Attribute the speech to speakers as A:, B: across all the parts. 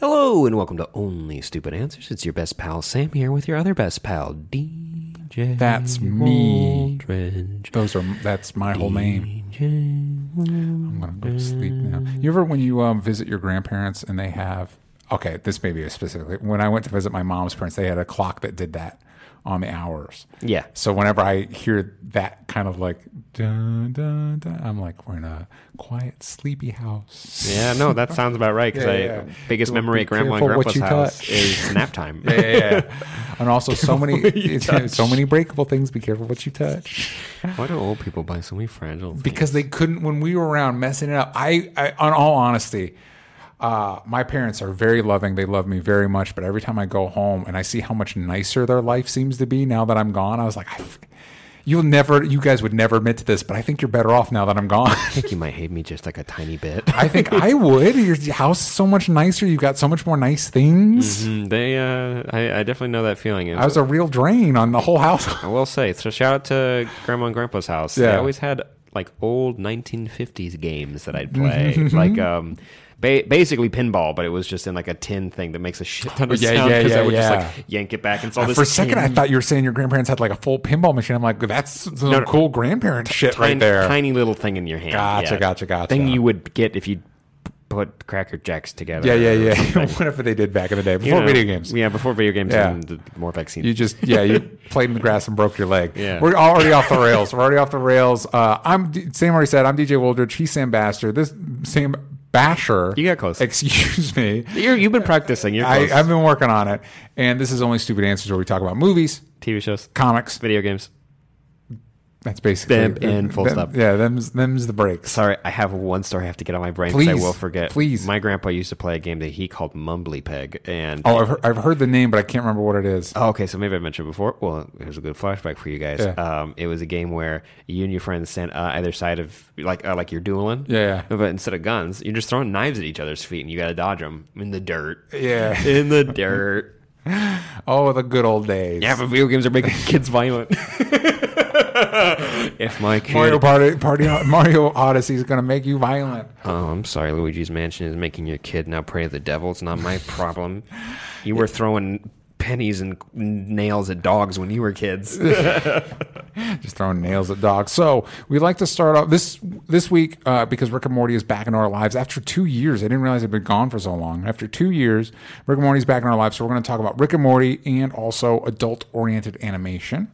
A: Hello and welcome to Only Stupid Answers. It's your best pal Sam here with your other best pal DJ.
B: That's me.
A: Aldridge.
B: Those are that's my whole name.
A: DJ.
B: I'm gonna go to sleep now. You ever when you um, visit your grandparents and they have okay, this may be a specific. When I went to visit my mom's parents, they had a clock that did that on the hours.
A: Yeah.
B: So whenever I hear that kind of like dun dun dun, I'm like we're in a quiet sleepy house.
A: Yeah, no, that sounds about right. Because
B: Yeah,
A: I
B: yeah, yeah.
A: biggest
B: Well,
A: memory
B: be
A: at grandma and
B: careful what
A: grandpa's
B: you
A: house
B: touch.
A: is nap time.
B: Yeah, yeah. and also so many it's- so many breakable things. Be careful what you touch.
A: Why do old people buy so many fragile? things?
B: because they couldn't when we were around messing it up. I, I on all honesty, uh, my parents are very loving. They love me very much. But every time I go home and I see how much nicer their life seems to be now that I'm gone, I was like, I f- you'll never, you guys would never admit to this, but I think you're better off now that I'm gone.
A: I think you might hate me just like a tiny bit.
B: I think I would. Your house is so much nicer. You've got so much more nice things.
A: Mm, they, uh, I, I definitely know that feeling. It
B: I was a real drain on the whole house.
A: I will say, so shout out to Grandma and Grandpa's house. They
B: Yeah.
A: always had like old 1950s games that I'd play, like um, ba- basically pinball, but it was just in like a tin thing that makes a shit ton of
B: Yeah,
A: sound
B: yeah,
A: I
B: yeah,
A: would
B: yeah. Uh,
A: just like yank it back and it's all this
B: For a second, I
A: tin-
B: thought you were saying your grandparents had like a full pinball machine. I'm like, that's some
A: No, no.
B: cool grandparent shit
A: tiny,
B: right there.
A: tiny little thing in your hand.
B: Gotcha,
A: yeah.
B: gotcha, gotcha.
A: Thing you would get if you put Cracker Jacks together.
B: Yeah, yeah,
A: or
B: yeah.
A: something.
B: Whatever they did back in the day
A: Uh, You
B: before
A: know,
B: video games.
A: Yeah, before video games
B: Yeah.
A: and the, more vaccines.
B: You just yeah, you played in the grass and broke your leg.
A: Yeah.
B: We're already off the rails. We're already off the rails. Uh, I'm D- Sam already said I'm DJ Woldridge. He's Sam Basher. This Sam Basher.
A: You got close.
B: Excuse me.
A: You're, you've been practicing. You're
B: I,
A: close.
B: I've been working on it, and this is only stupid answers where we talk about movies,
A: TV shows,
B: comics.
A: video games.
B: That's basically
A: Them and full
B: them-
A: stop.
B: Yeah, them's them's the breaks.
A: Sorry, I have one story I have to get on my brain because I
B: Please,
A: will forget.
B: please.
A: My grandpa used to play a game that he called Mumbly Peg. And
B: Oh, I've heard, I've heard the name, but I can't remember what it is.
A: Oh, okay, so maybe I mentioned before. Well, here's a good flashback for you guys.
B: Yeah.
A: Um, it was a game where you and your friends stand uh, either side of, like, uh, like you're dueling.
B: Yeah, yeah.
A: But instead of guns, you're just throwing knives at each other's feet and you got to dodge them in the dirt.
B: Yeah.
A: In the dirt.
B: Oh, the good old days.
A: Yeah, but video games are making kids violent. if my kid.
B: Mario Party, Party Mario Odyssey is going to make you violent.
A: Oh, I'm sorry. Luigi's Mansion is making your kid now pray to the devil. It's not my problem. You were throwing pennies and nails at dogs when you were kids.
B: just throwing nails at dogs. So we like to start off this this week uh, because Rick and Morty is back in our lives after two years. I didn't realize it'd been gone for so long. After two years, Rick and Morty's back in our lives. So we're going to talk about Rick and Morty and also adult oriented animation,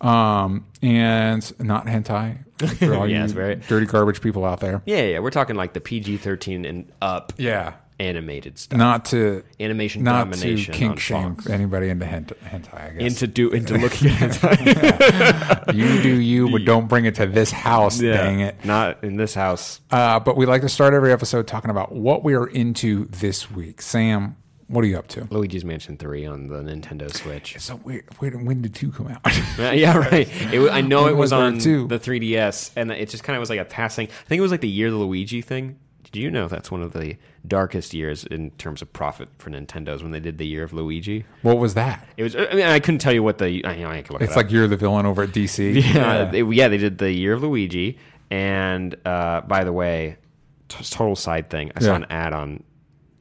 B: um, and not hentai. For all
A: Yeah,
B: you
A: that's right.
B: dirty garbage people out there.
A: yeah, yeah. We're talking like the PG 13 and up
B: Yeah,
A: animated stuff.
B: not to
A: Animation
B: not to
A: domination. on
B: kink shame
A: Fox.
B: anybody into hent- hentai. I guess
A: Into do into looking at
B: you do you, but don't bring it to this house. Dang it.
A: Not in this house.
B: Uh, but we like to start every episode talking about what we are into this week. Sam, what are you up to?
A: Luigi's Mansion 3 on the Nintendo Switch.
B: So weird. When, when did two come out?
A: Uh, yeah, right. It, wa- I know it
B: It
A: was
B: was there
A: on
B: too.
A: the 3DS, and it just kind of was like a passing. I think it was like the year of the Luigi thing. Did you know that's one of the darkest years in terms of profit for Nintendo's when they did the year of Luigi?
B: what was that?
A: It was. uh, I mean, I couldn't tell you what the. I, you know, I can look it
B: It's
A: up.
B: like you're the villain over at DC.
A: yeah, they, yeah, they did the year of Luigi, and uh, by the way, t- total side thing. I saw
B: Yeah.
A: an ad on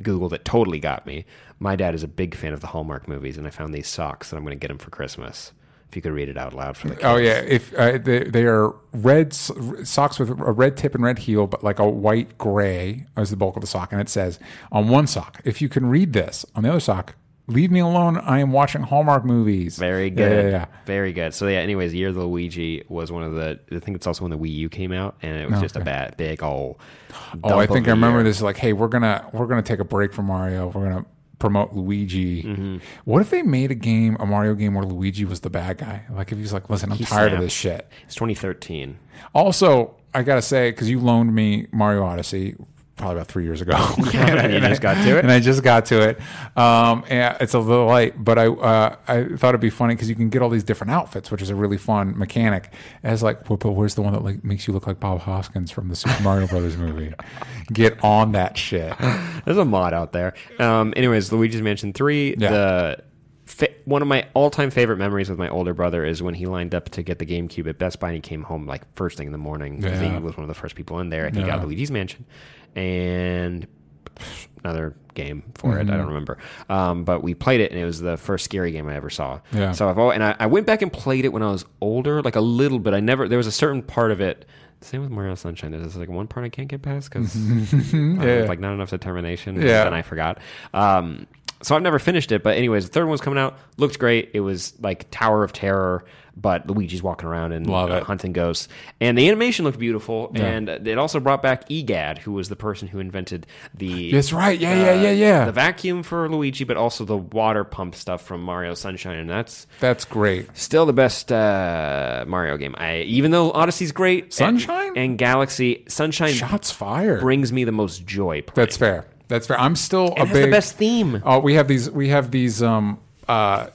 A: Google that totally got me. My dad is a big fan of the Hallmark movies, and I found these socks that I'm going to get him for Christmas. If you could read it out loud for the kids.
B: Oh yeah, if uh, they, they are red s- socks with a red tip and red heel, but like a white gray is the bulk of the sock, and it says on one sock, "If you can read this," on the other sock, "Leave me alone. I am watching Hallmark movies."
A: Very
B: Yeah,
A: good.
B: yeah, yeah.
A: Very good. So yeah, anyways, Year of the Luigi was one of the I think it's also when the Wii U came out and it was just a bad big old
B: Oh, I think I remember this. Like, hey, we're gonna we're gonna take a break from Mario. We're gonna promote Luigi. What if they made a game, a Mario game, where Luigi was the bad guy? Like, if he's like, listen, I'm tired of this shit.
A: It's 2013.
B: Also, I gotta say, because you loaned me Mario Odyssey, probably about three years ago.
A: And you just got to it?
B: and I just got to it. Um, and it's a little light, but I uh, I thought it'd be funny because you can get all these different outfits, which is a really fun mechanic. As like, well, but where's the one that like makes you look like Bob Hoskins from the Super Mario Brothers movie? Get on that shit.
A: There's a mod out there. Um, anyways, Luigi's Mansion Three.
B: Yeah.
A: The fa- one of my all-time favorite memories with my older brother is when he lined up to get the GameCube at Best Buy and he came home like first thing in the morning. 'cause
B: Yeah.
A: He was one of the first people in there. He
B: Yeah.
A: got Luigi's Mansion and another game for it. I
B: Mm-hmm.
A: don't remember, um, but we played it and it was the first scary game I ever saw.
B: Yeah.
A: So I've always, and I, I went back and played it when I was older, like a little bit. I never there was a certain part of it. Same with Mario Sunshine. There's this, like one part I can't get past because
B: Mm-hmm. Yeah.
A: Um, like not enough determination.
B: Yeah.
A: Yeah. Then I forgot. Um, so I've never finished it, but anyways, the third one was coming out. Looked great. It was like Tower of Terror, but Luigi's walking around and
B: Love it.
A: hunting ghosts. And the animation looked beautiful. And it also brought back EGAD, who was the person who invented the.
B: That's right. Yeah, yeah, yeah, yeah.
A: The vacuum for Luigi, but also the water pump stuff from Mario Sunshine, and that's
B: That's great.
A: still the best uh, Mario game. I even though Odyssey's great, and-
B: Sunshine?
A: and, Galaxy Sunshine
B: Shots fired.
A: brings me the most joy. Playing.
B: That's fair. That's fair. I'm still a
A: It has
B: big.
A: the best theme.
B: Oh, we have these. We have these um, uh,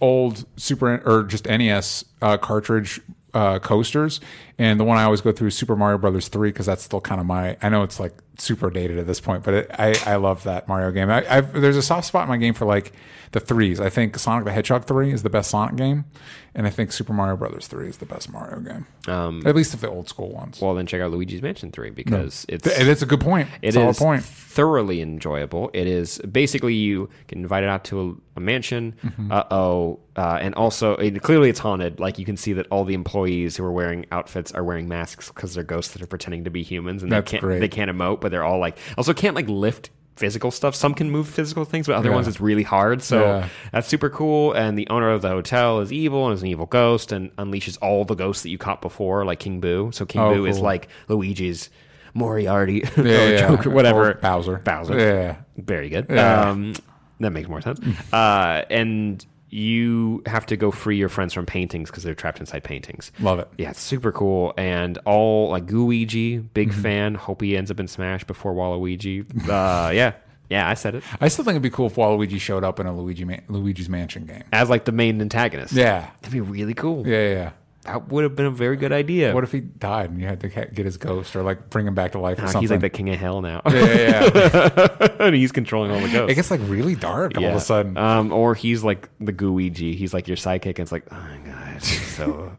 B: old Super or just NES uh, cartridge uh, coasters, and the one I always go through is Super Mario Brothers three because that's still kind of my. I know it's like super dated at this point, but it, I I love that Mario game. I, I've, there's a soft spot in my game for like the threes. I think Sonic the Hedgehog three is the best Sonic game, and I think Super Mario Brothers three is the best Mario game. Um, at least of the old school ones.
A: Well, then check out Luigi's Mansion 3 because it's
B: Th- that's a good point.
A: it
B: Solid
A: is
B: point.
A: thoroughly enjoyable. It is basically you get invited out to a, a mansion.
B: Mm-hmm.
A: Uh-oh. Uh And also, it, clearly it's haunted. Like you can see that all the employees who are wearing outfits are wearing masks because they're ghosts that are pretending to be humans and
B: That's
A: they can't
B: great.
A: they can't emote, but they're all like also can't like lift physical stuff. Some can move physical things, but other
B: Yeah.
A: ones it's really hard. So
B: Yeah.
A: that's super cool. And the owner of the hotel is evil and is an evil ghost and unleashes all the ghosts that you caught before, like King Boo. So King
B: Oh,
A: Boo is
B: cool.
A: like Luigi's Moriarty
B: Yeah,
A: or
B: yeah.
A: Joker, whatever.
B: Or Bowser.
A: Bowser.
B: Yeah.
A: Very good.
B: Yeah.
A: Um, that makes more sense. Uh, and you have to go free your friends from paintings because they're trapped inside paintings.
B: Love it.
A: Yeah, it's super cool. And all like Gooigi, big
B: Mm-hmm.
A: fan. Hope he ends up in Smash before Waluigi. Uh, yeah. Yeah, I said it.
B: I still think it'd be cool if Waluigi showed up in a Luigi Ma- Luigi's Mansion game.
A: As like the main antagonist.
B: Yeah.
A: That'd be really cool.
B: Yeah, yeah, yeah.
A: That would have been a very good idea.
B: What if he died and you had to ca- get his ghost or like bring him back to life or
A: Uh,
B: something?
A: he's like the king of hell now.
B: yeah, yeah, yeah.
A: and he's controlling all the ghosts.
B: it gets like really dark all of
A: Yeah.
B: a sudden.
A: Um, or he's like the Gooigi. He's like your sidekick, and it's like, oh my god, so.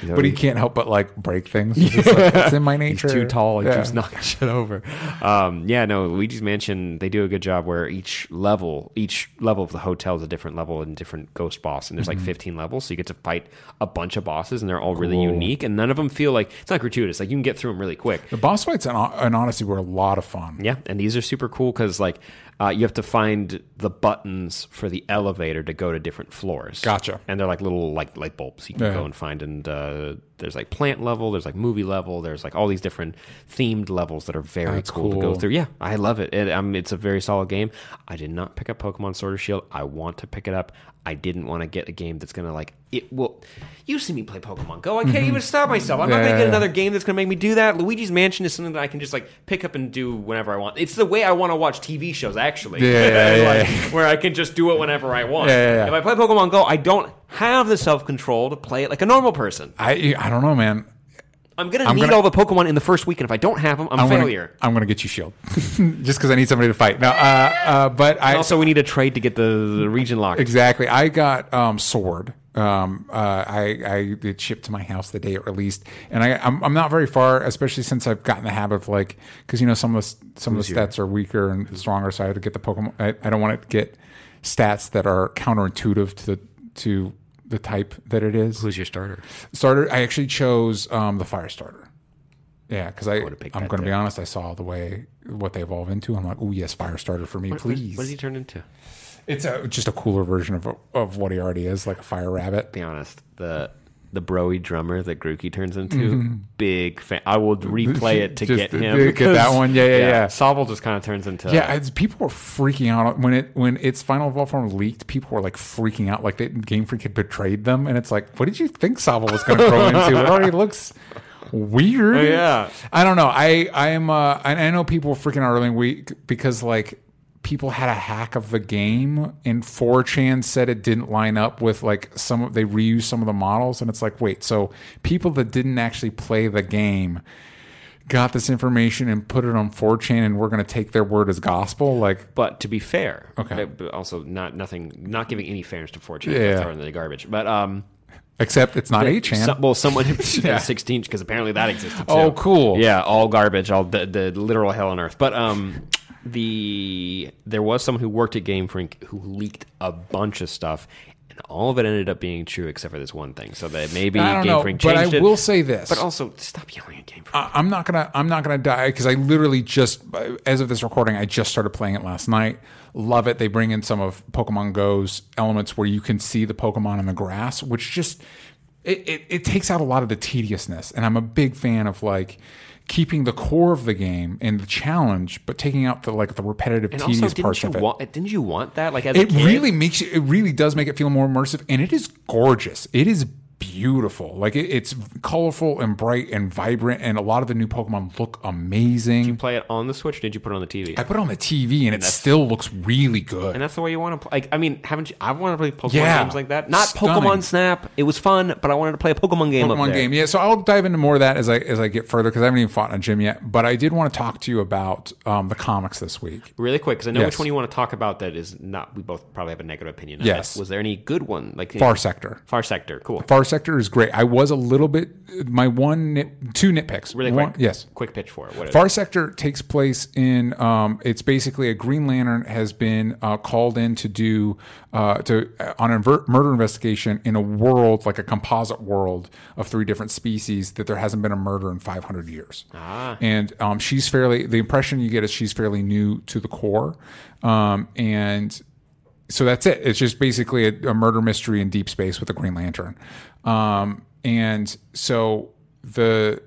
A: he's
B: but
A: already-
B: he can't help but like break things. He's just like, it's in my
A: He's
B: nature.
A: too tall. He
B: Yeah.
A: keeps knocking shit over. Um, yeah, no. Luigi's Mansion. They do a good job where each level, each level of the hotel is a different level and different ghost boss, and there's
B: Mm-hmm.
A: like 15 levels, so you get to fight a bunch of bosses, and they're all really unique, and none of them feel like it's not gratuitous. Like you can get through them really quick.
B: The boss fights in, O- in Odyssey were a lot of fun.
A: Um, Yeah, and these are super cool because like uh, you have to find the buttons for the elevator to go to different floors.
B: Gotcha.
A: And they're like little like light bulbs you can
B: Yeah.
A: go and find. And uh, there's like plant level, there's like movie level, there's like all these different themed levels that are very
B: That's
A: cool, to go
B: cool.
A: through. Yeah, I love it. it um, it's a very solid game. I did not pick up Pokemon Sword or Shield. I want to pick it up. I didn't want to get a game that's gonna like it. Will you see me play Pokemon Go? I can't even stop myself. I'm not gonna
B: Mm-hmm. Yeah.
A: get another game that's gonna make me do that. Luigi's Mansion is something that I can just like pick up and do whenever I want. It's the way I want to watch TV shows, actually.
B: Yeah, yeah,
A: Like, where I can just do it whenever I want.
B: Yeah, yeah, yeah.
A: If I play Pokemon Go, I don't have the self control to play it like a normal person.
B: I I don't know, man.
A: I'm gonna
B: I'm
A: need
B: gonna-
A: all the Pokemon in the first week, and if I don't have them, I'm, a
B: I'm
A: failure.
B: Gonna, I'm gonna get you shield, just because I need somebody to fight. No, uh, uh, but I
A: also, we need a trade to get the, the region locked.
B: Exactly. I got um, Sword. Um, uh, I, I it shipped to my house the day it released, and I I'm, I'm not very far, especially since I've gotten the habit of like because you know some of the, s- some of the stats are weaker and stronger, so I had to get the Pokemon. I, I don't want to get stats that are counterintuitive to the to the type that it is.
A: Who's your starter?
B: Starter. I actually chose um, the fire starter. Yeah, because I,
A: would've picked
B: I'm
A: that
B: going to be honest. I saw the way what they evolve into. I'm like, oh yes, fire starter for me, please.
A: What does he turn into?
B: It's a, just a cooler version of of what he already is, like a fire rabbit.
A: Be honest. The the broy drummer that Grookey turns into, big fan. I will replay it to
B: Mm-hmm.
A: get
B: Just to
A: him.
B: get
A: because-
B: that one. Yeah, yeah, yeah.
A: Sobble just kind of turns into.
B: Yeah, it's, people were freaking out when it when its final evolved form leaked. People were like freaking out, like they, Game Freak had betrayed them. And it's like, what did you think Saba was going to grow into? It already looks weird.
A: Oh, Yeah.
B: I don't know. I I am. Uh, I, I know people were freaking out early in the week because like people had a hack of the game and 4chan said it didn't line up with like some of they reused some of the models and it's like wait so people that didn't actually play the game got this information and put it on 4chan and we're going to take their word as gospel like
A: But to be fair,
B: Okay.
A: but- but also not nothing, not giving any fairness to fortune,
B: Yeah.
A: throwing the garbage. But um,
B: except it's not 8chan
A: some, well, someone sixteen because apparently that existed. Too.
B: Oh, cool.
A: Yeah, all garbage, all the, the literal hell on earth. But um, the there was someone who worked at Game Freak who leaked a bunch of stuff, and all of it ended up being true except for this one thing. So that maybe
B: I don't
A: Game
B: know,
A: Freak
B: but
A: changed
B: I
A: it.
B: will say this.
A: But also, stop yelling at Game Freak.
B: I- I'm not gonna I'm not gonna die because I literally just as of this recording I just started playing it last night. Love it. They bring in some of Pokemon Go's elements where you can see the Pokemon in the grass, which just it, it, it takes out a lot of the tediousness. And I'm a big fan of like keeping the core of the game and the challenge, but taking out the like the repetitive
A: and
B: tedious
A: also, didn't
B: parts
A: you
B: of it.
A: want? Didn't you want that? Like, as a
B: It
A: kid?
B: really makes you, it really does make it feel more immersive, and it is gorgeous. It is beautiful. Like it, it's colorful and bright and vibrant, and a lot of the new Pokemon look amazing.
A: play it on the Switch. Or did you put it on the TV?
B: I put it on the TV, and it still looks really good.
A: and that's the way you want to play. Like, I mean, haven't you? I want to play Pokemon
B: Yeah.
A: games like that. Not
B: Stunning.
A: Pokemon Snap. It was fun, but I wanted to play a Pokemon game. up
B: Pokemon
A: there.
B: game. Yeah, so I'll dive into more of that as I as I get further because I haven't even fought in a gym yet. But I did want to talk to you about um, the comics this week.
A: really quick because I know
B: Yes.
A: which one you want to talk about. That is not. We both probably have a negative opinion. on
B: Yes.
A: it. Was there any good one? Like
B: Far Sector.
A: Far sector. Cool.
B: Far Sector is great. I was a little bit my one nit, two nitpicks.
A: really
B: One-
A: quick.
B: Yes.
A: Quick pitch for it. What is
B: Far Sector takes place in. Um, it's basically a Green Lantern has been uh, called in to do uh, to uh, on a ver- murder investigation in a world like a composite world of three different species that there hasn't been a murder in 500 years. Ah. And um, she's fairly. The impression you get is she's fairly new to the core, um, and so that's it. It's just basically a, a murder mystery in deep space with a Green Lantern. Um, and so the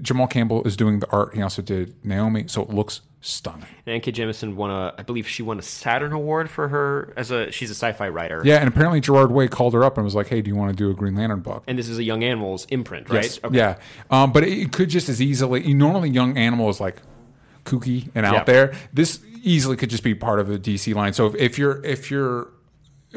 B: Jamal Campbell is doing the art. He also did Naomi, so it looks stunning.
A: And N.K. Jemisin won a. I believe she won a Saturn Award for her as a. She's a sci-fi writer.
B: Yeah, and apparently Gerard Way called her up and was like, "Hey, do you want to do a Green Lantern book?"
A: And this is a Young Animals imprint, right?
B: Yes. Yeah, um, but it, it could just as easily. You normally, Young Animal is like kooky and out
A: Yeah.
B: there. This easily could just be part of the DC line. So if, if you're if you're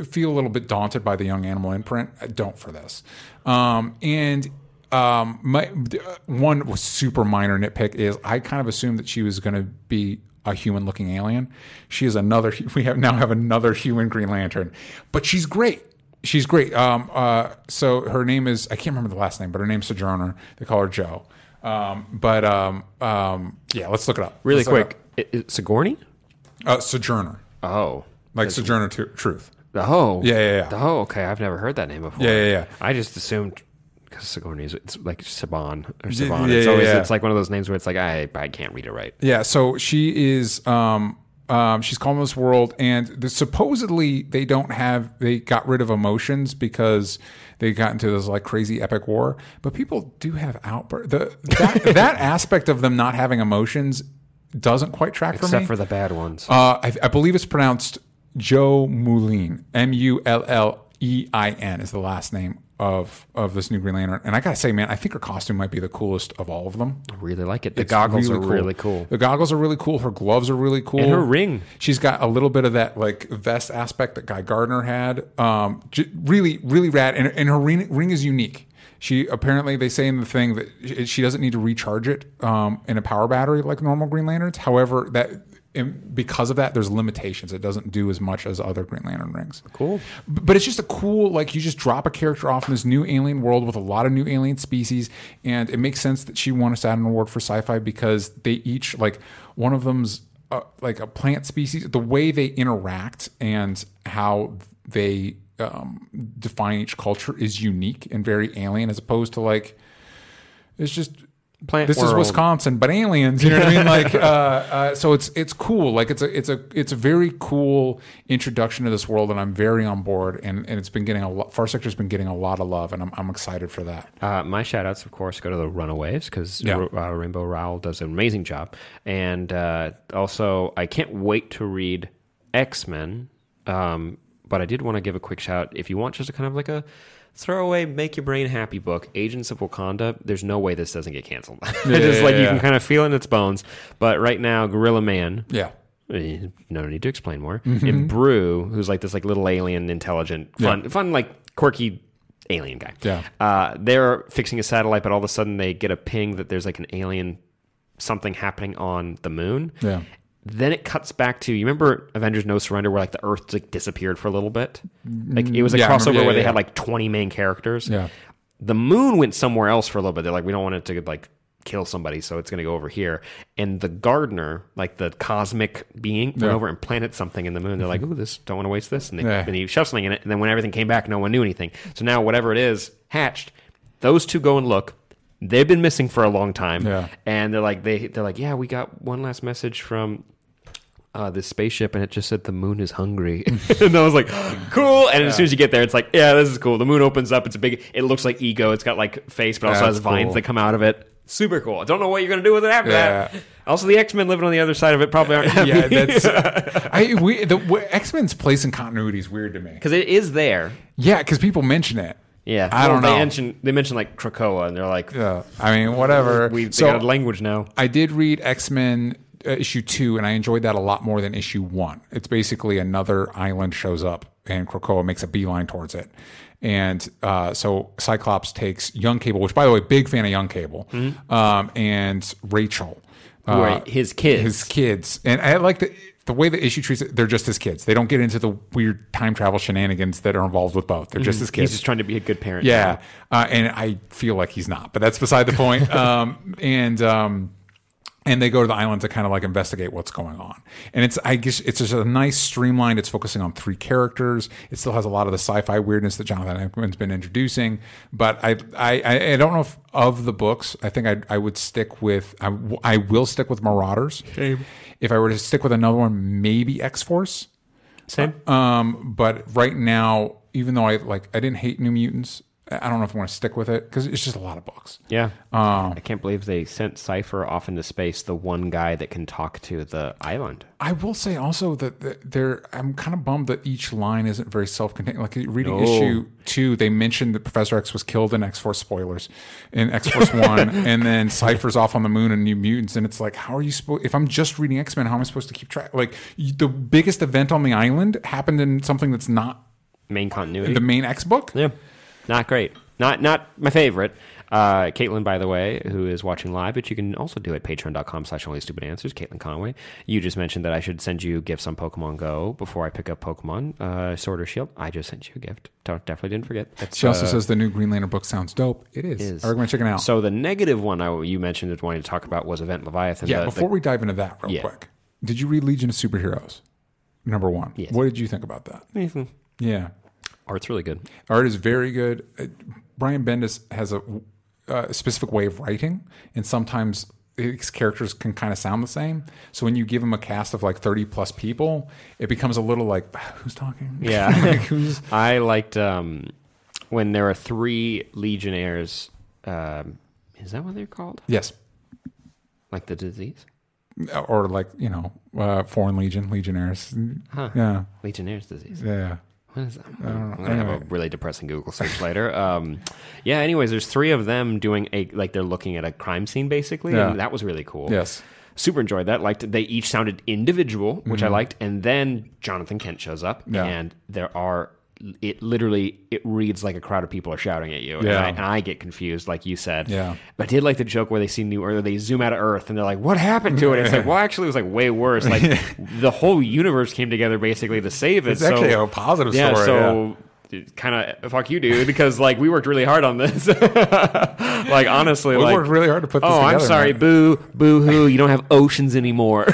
B: feel a little bit daunted by the Young Animal imprint, uh, don't for this. Um, and um, my uh, one was super minor nitpick is I kind of assumed that she was going to be a human looking alien. She is another. We have now have another human Green Lantern, but she's great. She's great. Um, uh, so her name is I can't remember the last name, but her name's Sojourner. They call her Joe. Um, but um, um, yeah, let's look it up.
A: Really
B: Let's look it
A: quick. I- is Sigourney.
B: up. Uh, Sojourner,
A: Oh.
B: like Sojourner Tru- Truth.
A: Oh.
B: Yeah, yeah, yeah.
A: Oh, okay. I've never heard that name before.
B: Yeah, yeah, yeah.
A: I just assumed because Sigourney is it's like Saban or
B: Yeah,
A: Saban.
B: yeah,
A: it's
B: yeah,
A: always
B: yeah.
A: it's like one of those names where it's like I I can't read it right.
B: Yeah, so she is um um she's calling this world and the, supposedly they don't have they got rid of emotions because they got into this like crazy epic war, but people do have outburst the that, that aspect of them not having emotions doesn't quite track for
A: Except
B: me.
A: for the bad ones.
B: uh I, I believe it's pronounced Joe Moulin. M U L L E I N is the last name of of this new Green Lantern. And I gotta say, man, I think her costume might be the coolest of all of them.
A: I really like it. The
B: It's
A: goggles are really cool.
B: The goggles are really cool. Her gloves are really cool.
A: And her ring.
B: She's got a little bit of that like vest aspect that Guy Gardner had. Um, j- really, really rad. And, and her ring, ring is unique. She apparently they say in the thing that sh- she doesn't need to recharge it um, in a power battery like normal Green Lanterns. However, that and because of that, there's limitations. It doesn't do as much as other Green Lantern rings.
A: Cool.
B: B- but it's just a cool like you just drop a character off in this new alien world with a lot of new alien species and it makes sense that she won a saturn award for sci-fi because they each like one of them's uh, like a plant species the way they interact and how they um, define each culture is unique and very alien as opposed to like it's just
A: Plant
B: this is
A: world.
B: Wisconsin, but aliens. You know what I mean? Like, uh, uh, so it's it's cool. Like, it's a it's a it's a very cool introduction to this world, and I'm very on board. And, and it's been getting a lot. Far Sector's been getting a lot of love, and I'm I'm excited for that.
A: Uh, my shout outs, of course, go to the Runaways because
B: Yeah.
A: uh, Rainbow Rowell does an amazing job. And uh, also, I can't wait to read X Men um, but I did want to give a quick shout. If you want just a kind of like a throwaway, make your brain happy book, Agents of Wakanda, there's no way this doesn't get canceled. it's just like you
B: yeah.
A: can kind of feel it in its bones. But right now, Gorilla Man,
B: Yeah.
A: eh, no need to explain more,
B: Mm-hmm.
A: and Brew, who's like this like little alien, intelligent, fun, fun like quirky alien guy.
B: Yeah.
A: Uh, they're fixing a satellite, but all of a sudden they get a ping that there's like an alien something happening on the moon.
B: Yeah.
A: Then it cuts back to you remember Avengers No Surrender where like the Earth like disappeared for a little bit. Like it was a
B: Mm, Yeah, I remember.
A: crossover
B: Yeah,
A: where
B: yeah,
A: they
B: yeah.
A: had like twenty main characters.
B: Yeah.
A: The moon went somewhere else for a little bit. They're like, we don't want it to like kill somebody, so it's gonna go over here. And the gardener, like the cosmic being, went
B: Yeah.
A: over and planted something in the moon. They're like, ooh, this don't want to waste this. And, they,
B: Yeah.
A: and he shoved something in it. And then when everything came back, no one knew anything. So now whatever it is hatched, those two go and look. They've been missing for a long time.
B: Yeah.
A: And they're like they they're like, yeah, we got one last message from uh, this spaceship, and it just said the moon is hungry. and I was like, cool. And as soon as you get there, it's like, yeah, this is cool. The moon opens up. It's a big. It looks like ego. It's got like face, but also
B: That's
A: has vines
B: cool.
A: that come out of it. Super cool. I don't know what you're gonna do with it after
B: Yeah.
A: that. Also, the X Men living on the other side of it probably aren't happy.
B: Yeah, that's I we the X Men's place in continuity is weird to me.
A: because it is there.
B: Yeah, because people mention it.
A: Yeah,
B: I
A: Well,
B: don't
A: they
B: know.
A: Mention, they mention like Krakoa, and they're like,
B: Yeah, I mean, whatever.
A: we they
B: so
A: got a language now.
B: I did read X Men uh, issue two, and I enjoyed that a lot more than issue one. It's basically another island shows up, and Krakoa makes a beeline towards it. And uh, so Cyclops takes young Cable, which, by the way, big fan of young Cable, um, and Rachel. uh,
A: Who are Mm-hmm. his kids.
B: His kids. And I like the, the way the issue treats it. They're just his kids. They don't get into the weird time travel shenanigans that are involved with both. They're just his kids.
A: Mm-hmm. He's just trying to be a good parent.
B: Yeah, uh, and I feel like he's not, but that's beside the point. Um, and um, and they go to the island to kind of like investigate what's going on. And it's I guess it's just a nice streamlined. It's focusing on three characters. It still has a lot of the sci-fi weirdness that Jonathan Hickman's been introducing. But I I- I, I don't know if of the books. I think I I would stick with I, w- I will stick with Marauders. If I were to stick with another one, maybe X Force
A: same.
B: Uh, but right now, even though I like, I didn't hate New Mutants. I I don't know if I want to stick with it because it's just a lot of books.
A: Yeah.
B: um,
A: I can't believe they sent Cypher off into space, the one guy that can talk to the island.
B: I will say also that th- there, I'm kind of bummed that each line isn't very self-contained. Like reading
A: No.
B: issue two, they mentioned that Professor X was killed in X Force spoilers, in X Force One, and then Cypher's off on the moon and New Mutants, and it's like, how are you supposed? If I'm just reading X Men, how am I supposed to keep track? Like you, the biggest event on the island happened in something that's not
A: Main continuity.
B: the main X book.
A: yeah. Not great. Not not my favorite. Uh, Caitlin, by the way, who is watching live, but you can also do it patreon.com slash only stupid answers. Caitlin Conway, you just mentioned that I should send you gifts on Pokemon Go before I pick up Pokemon uh, Sword or Shield. I just sent you a gift. Don't- Definitely didn't forget. That's,
B: She also
A: uh,
B: says the new Green Lantern book sounds dope. It is.
A: is.
B: I recommend checking it out.
A: So the negative one I, you mentioned that wanted to talk about was Event Leviathan.
B: Yeah,
A: the- the-
B: before we dive into that real
A: Yeah.
B: quick, did you read Legion of Superheroes? Number one.
A: Yes.
B: What did you think about that?
A: Anything.
B: Yeah. Oh,
A: Art's really good.
B: Art is very good. Uh, Brian Bendis has a, uh specific way of writing, and sometimes his characters can kind of sound the same. So when you give him a cast of like 30 plus people, it becomes a little like, who's talking?
A: Yeah.
B: like, who's.
A: I liked um, when there are three Legionnaires. Um, is that what they're called?
B: Yes.
A: Like the disease?
B: Or like, you know, uh, Foreign Legion, Legionnaires.
A: Huh.
B: Yeah.
A: Legionnaires disease.
B: Yeah.
A: What is that? I'm gonna have a really depressing Google search later. Um, yeah. Anyways, there's three of them doing a like they're looking at a crime scene basically,
B: Yeah.
A: and that was really cool.
B: Yes.
A: Super enjoyed that. Liked they each sounded individual, which I liked, and then Jonathan Kent shows up,
B: Mm-hmm. Yeah.
A: and there are it literally it reads like a crowd of people are shouting at you, and,
B: Yeah.
A: I, and I get confused, like you said.
B: Yeah.
A: But I did like the joke where they see New Earth, they zoom out of Earth, and they're like, "What happened to it?" It's like, well, actually, it was like way worse. Like the whole universe came together basically to save it.
B: It's actually a positive
A: yeah,
B: story,
A: So. Kind of fuck you, dude, because like we worked really hard on this. like honestly,
B: We
A: like,
B: worked really hard to put this
A: Oh, I'm
B: together,
A: sorry.
B: man.
A: Boo, boo hoo. You don't have oceans anymore.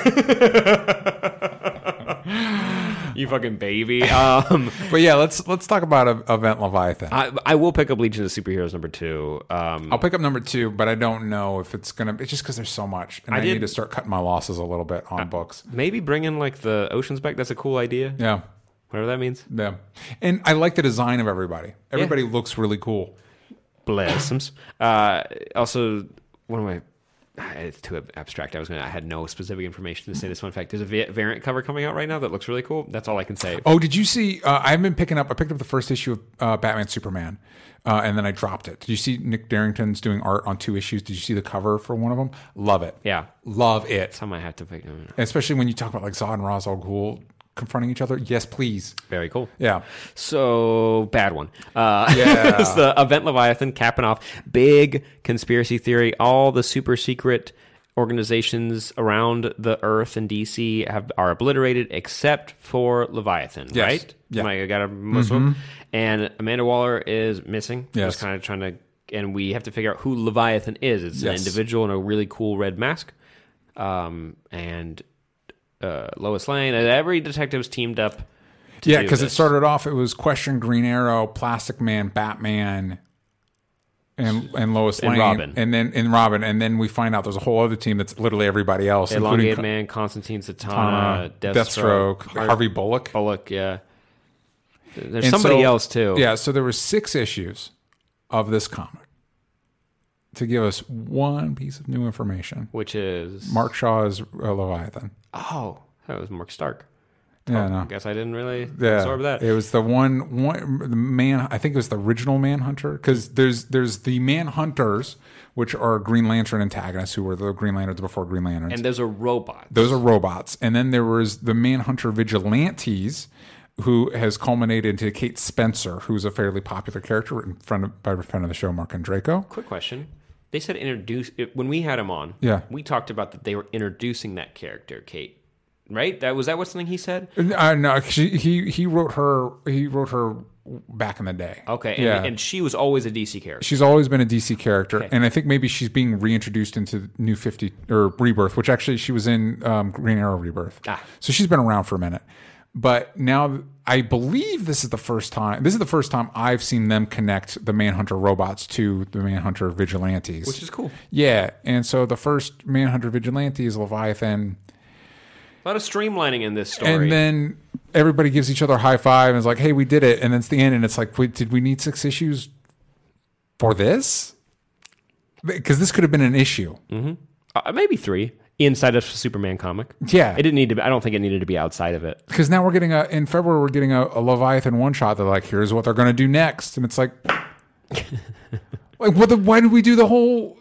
A: you fucking baby. Um,
B: But yeah, let's let's talk about uh, Event Leviathan.
A: I, I will pick up Legion of Superheroes number two. Um,
B: I'll pick up number two, but I don't know if it's gonna. It's just because there's so much, and I, Uh,
A: did-
B: need to start cutting my losses a little bit on books.
A: maybe bring in like the oceans back. That's a cool idea.
B: Yeah,
A: Whatever that means.
B: yeah, and I like the design of everybody. Everybody looks really cool.
A: Blessings. Uh, also, one of my it's too ab- abstract. I was gonna. I had no specific information to say this one. In fact, there's a va- variant cover coming out right now that looks really cool. That's all I can say.
B: Oh, did you see? Uh, I've been picking up. I picked up the first issue of uh, Batman Superman, uh, and then I dropped it. Did you see Nick Darrington's doing art on two issues? Did you see the cover for one of them? Love it.
A: Yeah.
B: love it.
A: Some I have to pick.
B: Especially when you talk about like Zod and Ra's al Ghul confronting each other. Yes, please.
A: Very cool.
B: Yeah.
A: So bad one. Uh,
B: Yeah.
A: it's the event Leviathan capping off big conspiracy theory. All the super secret organizations around the Earth and DC have are obliterated except for Leviathan.
B: Yes.
A: Right?
B: Yeah. Mm-hmm.
A: Am I got a Muslim. And Amanda Waller is missing.
B: Yes.
A: Just kind of trying to, and we have to figure out who Leviathan is. It's an
B: Yes.
A: individual in a really cool red mask. Um, and uh, Lois Lane and every detective's teamed up. to
B: Yeah,
A: do
B: because it
A: this.
B: started off. It was Question, Green Arrow, Plastic Man, Batman, and and Lois
A: And
B: Lane,
A: Robin.
B: and then and Robin, and then we find out there's a whole other team that's literally everybody else,
A: Elongated
B: including
A: Man, Constantine Satana,
B: uh,
A: Deathstroke, Oh,
B: Deathstroke, Harvey Bullock,
A: Bullock, yeah. There's
B: And
A: somebody
B: so-
A: else too.
B: Yeah, so there were six issues of this comic to give us one piece of new information.
A: Which is
B: Mark Shaw is uh, Leviathan.
A: Oh, that was Mark Stark.
B: Yeah,
A: I
B: no.
A: guess I didn't really
B: Yeah,
A: absorb that.
B: It was the one, one the man. I think it was the original Manhunter because there's there's the Manhunters, which are Green Lantern antagonists who were the Green Lanterns before Green Lanterns.
A: and there's a robot.
B: Those are robots, and then there was the Manhunter vigilantes, who has culminated into Kate Spencer, who's a fairly popular character written front of, by friend of the show Mark and Draco.
A: Quick question. They said introduce it- when we had him on.
B: Yeah.
A: We talked about that they were introducing that character, Kate. Right? That was that what something he said?
B: Uh, no, she, he he wrote her he wrote her back in the day.
A: Okay. And,
B: Yeah.
A: and she was always a DC character.
B: She's always been a DC character, and I think maybe she's being reintroduced into New Fifty or Rebirth, which actually she was in um, Green Arrow Rebirth. So she's been around for a minute, but now I believe this is the first time. This is the first time I've seen them connect the Manhunter robots to the Manhunter vigilantes,
A: Which is cool.
B: yeah. And so the first Manhunter vigilante is Leviathan,
A: A lot of streamlining in this story.
B: and then everybody gives each other a high five and is like, "Hey, we did it!" And then it's the end, and it's like, "Wait, did we need six issues for this?" Because this could have been an issue.
A: uh, maybe three inside of Superman comic.
B: Yeah.
A: It didn't need to. Be, I don't think it needed to be outside of it.
B: Because now we're getting a in February we're getting a, a Leviathan one shot. They're like, "Here's what they're going to do next," and it's like, like what? The, why did we do the whole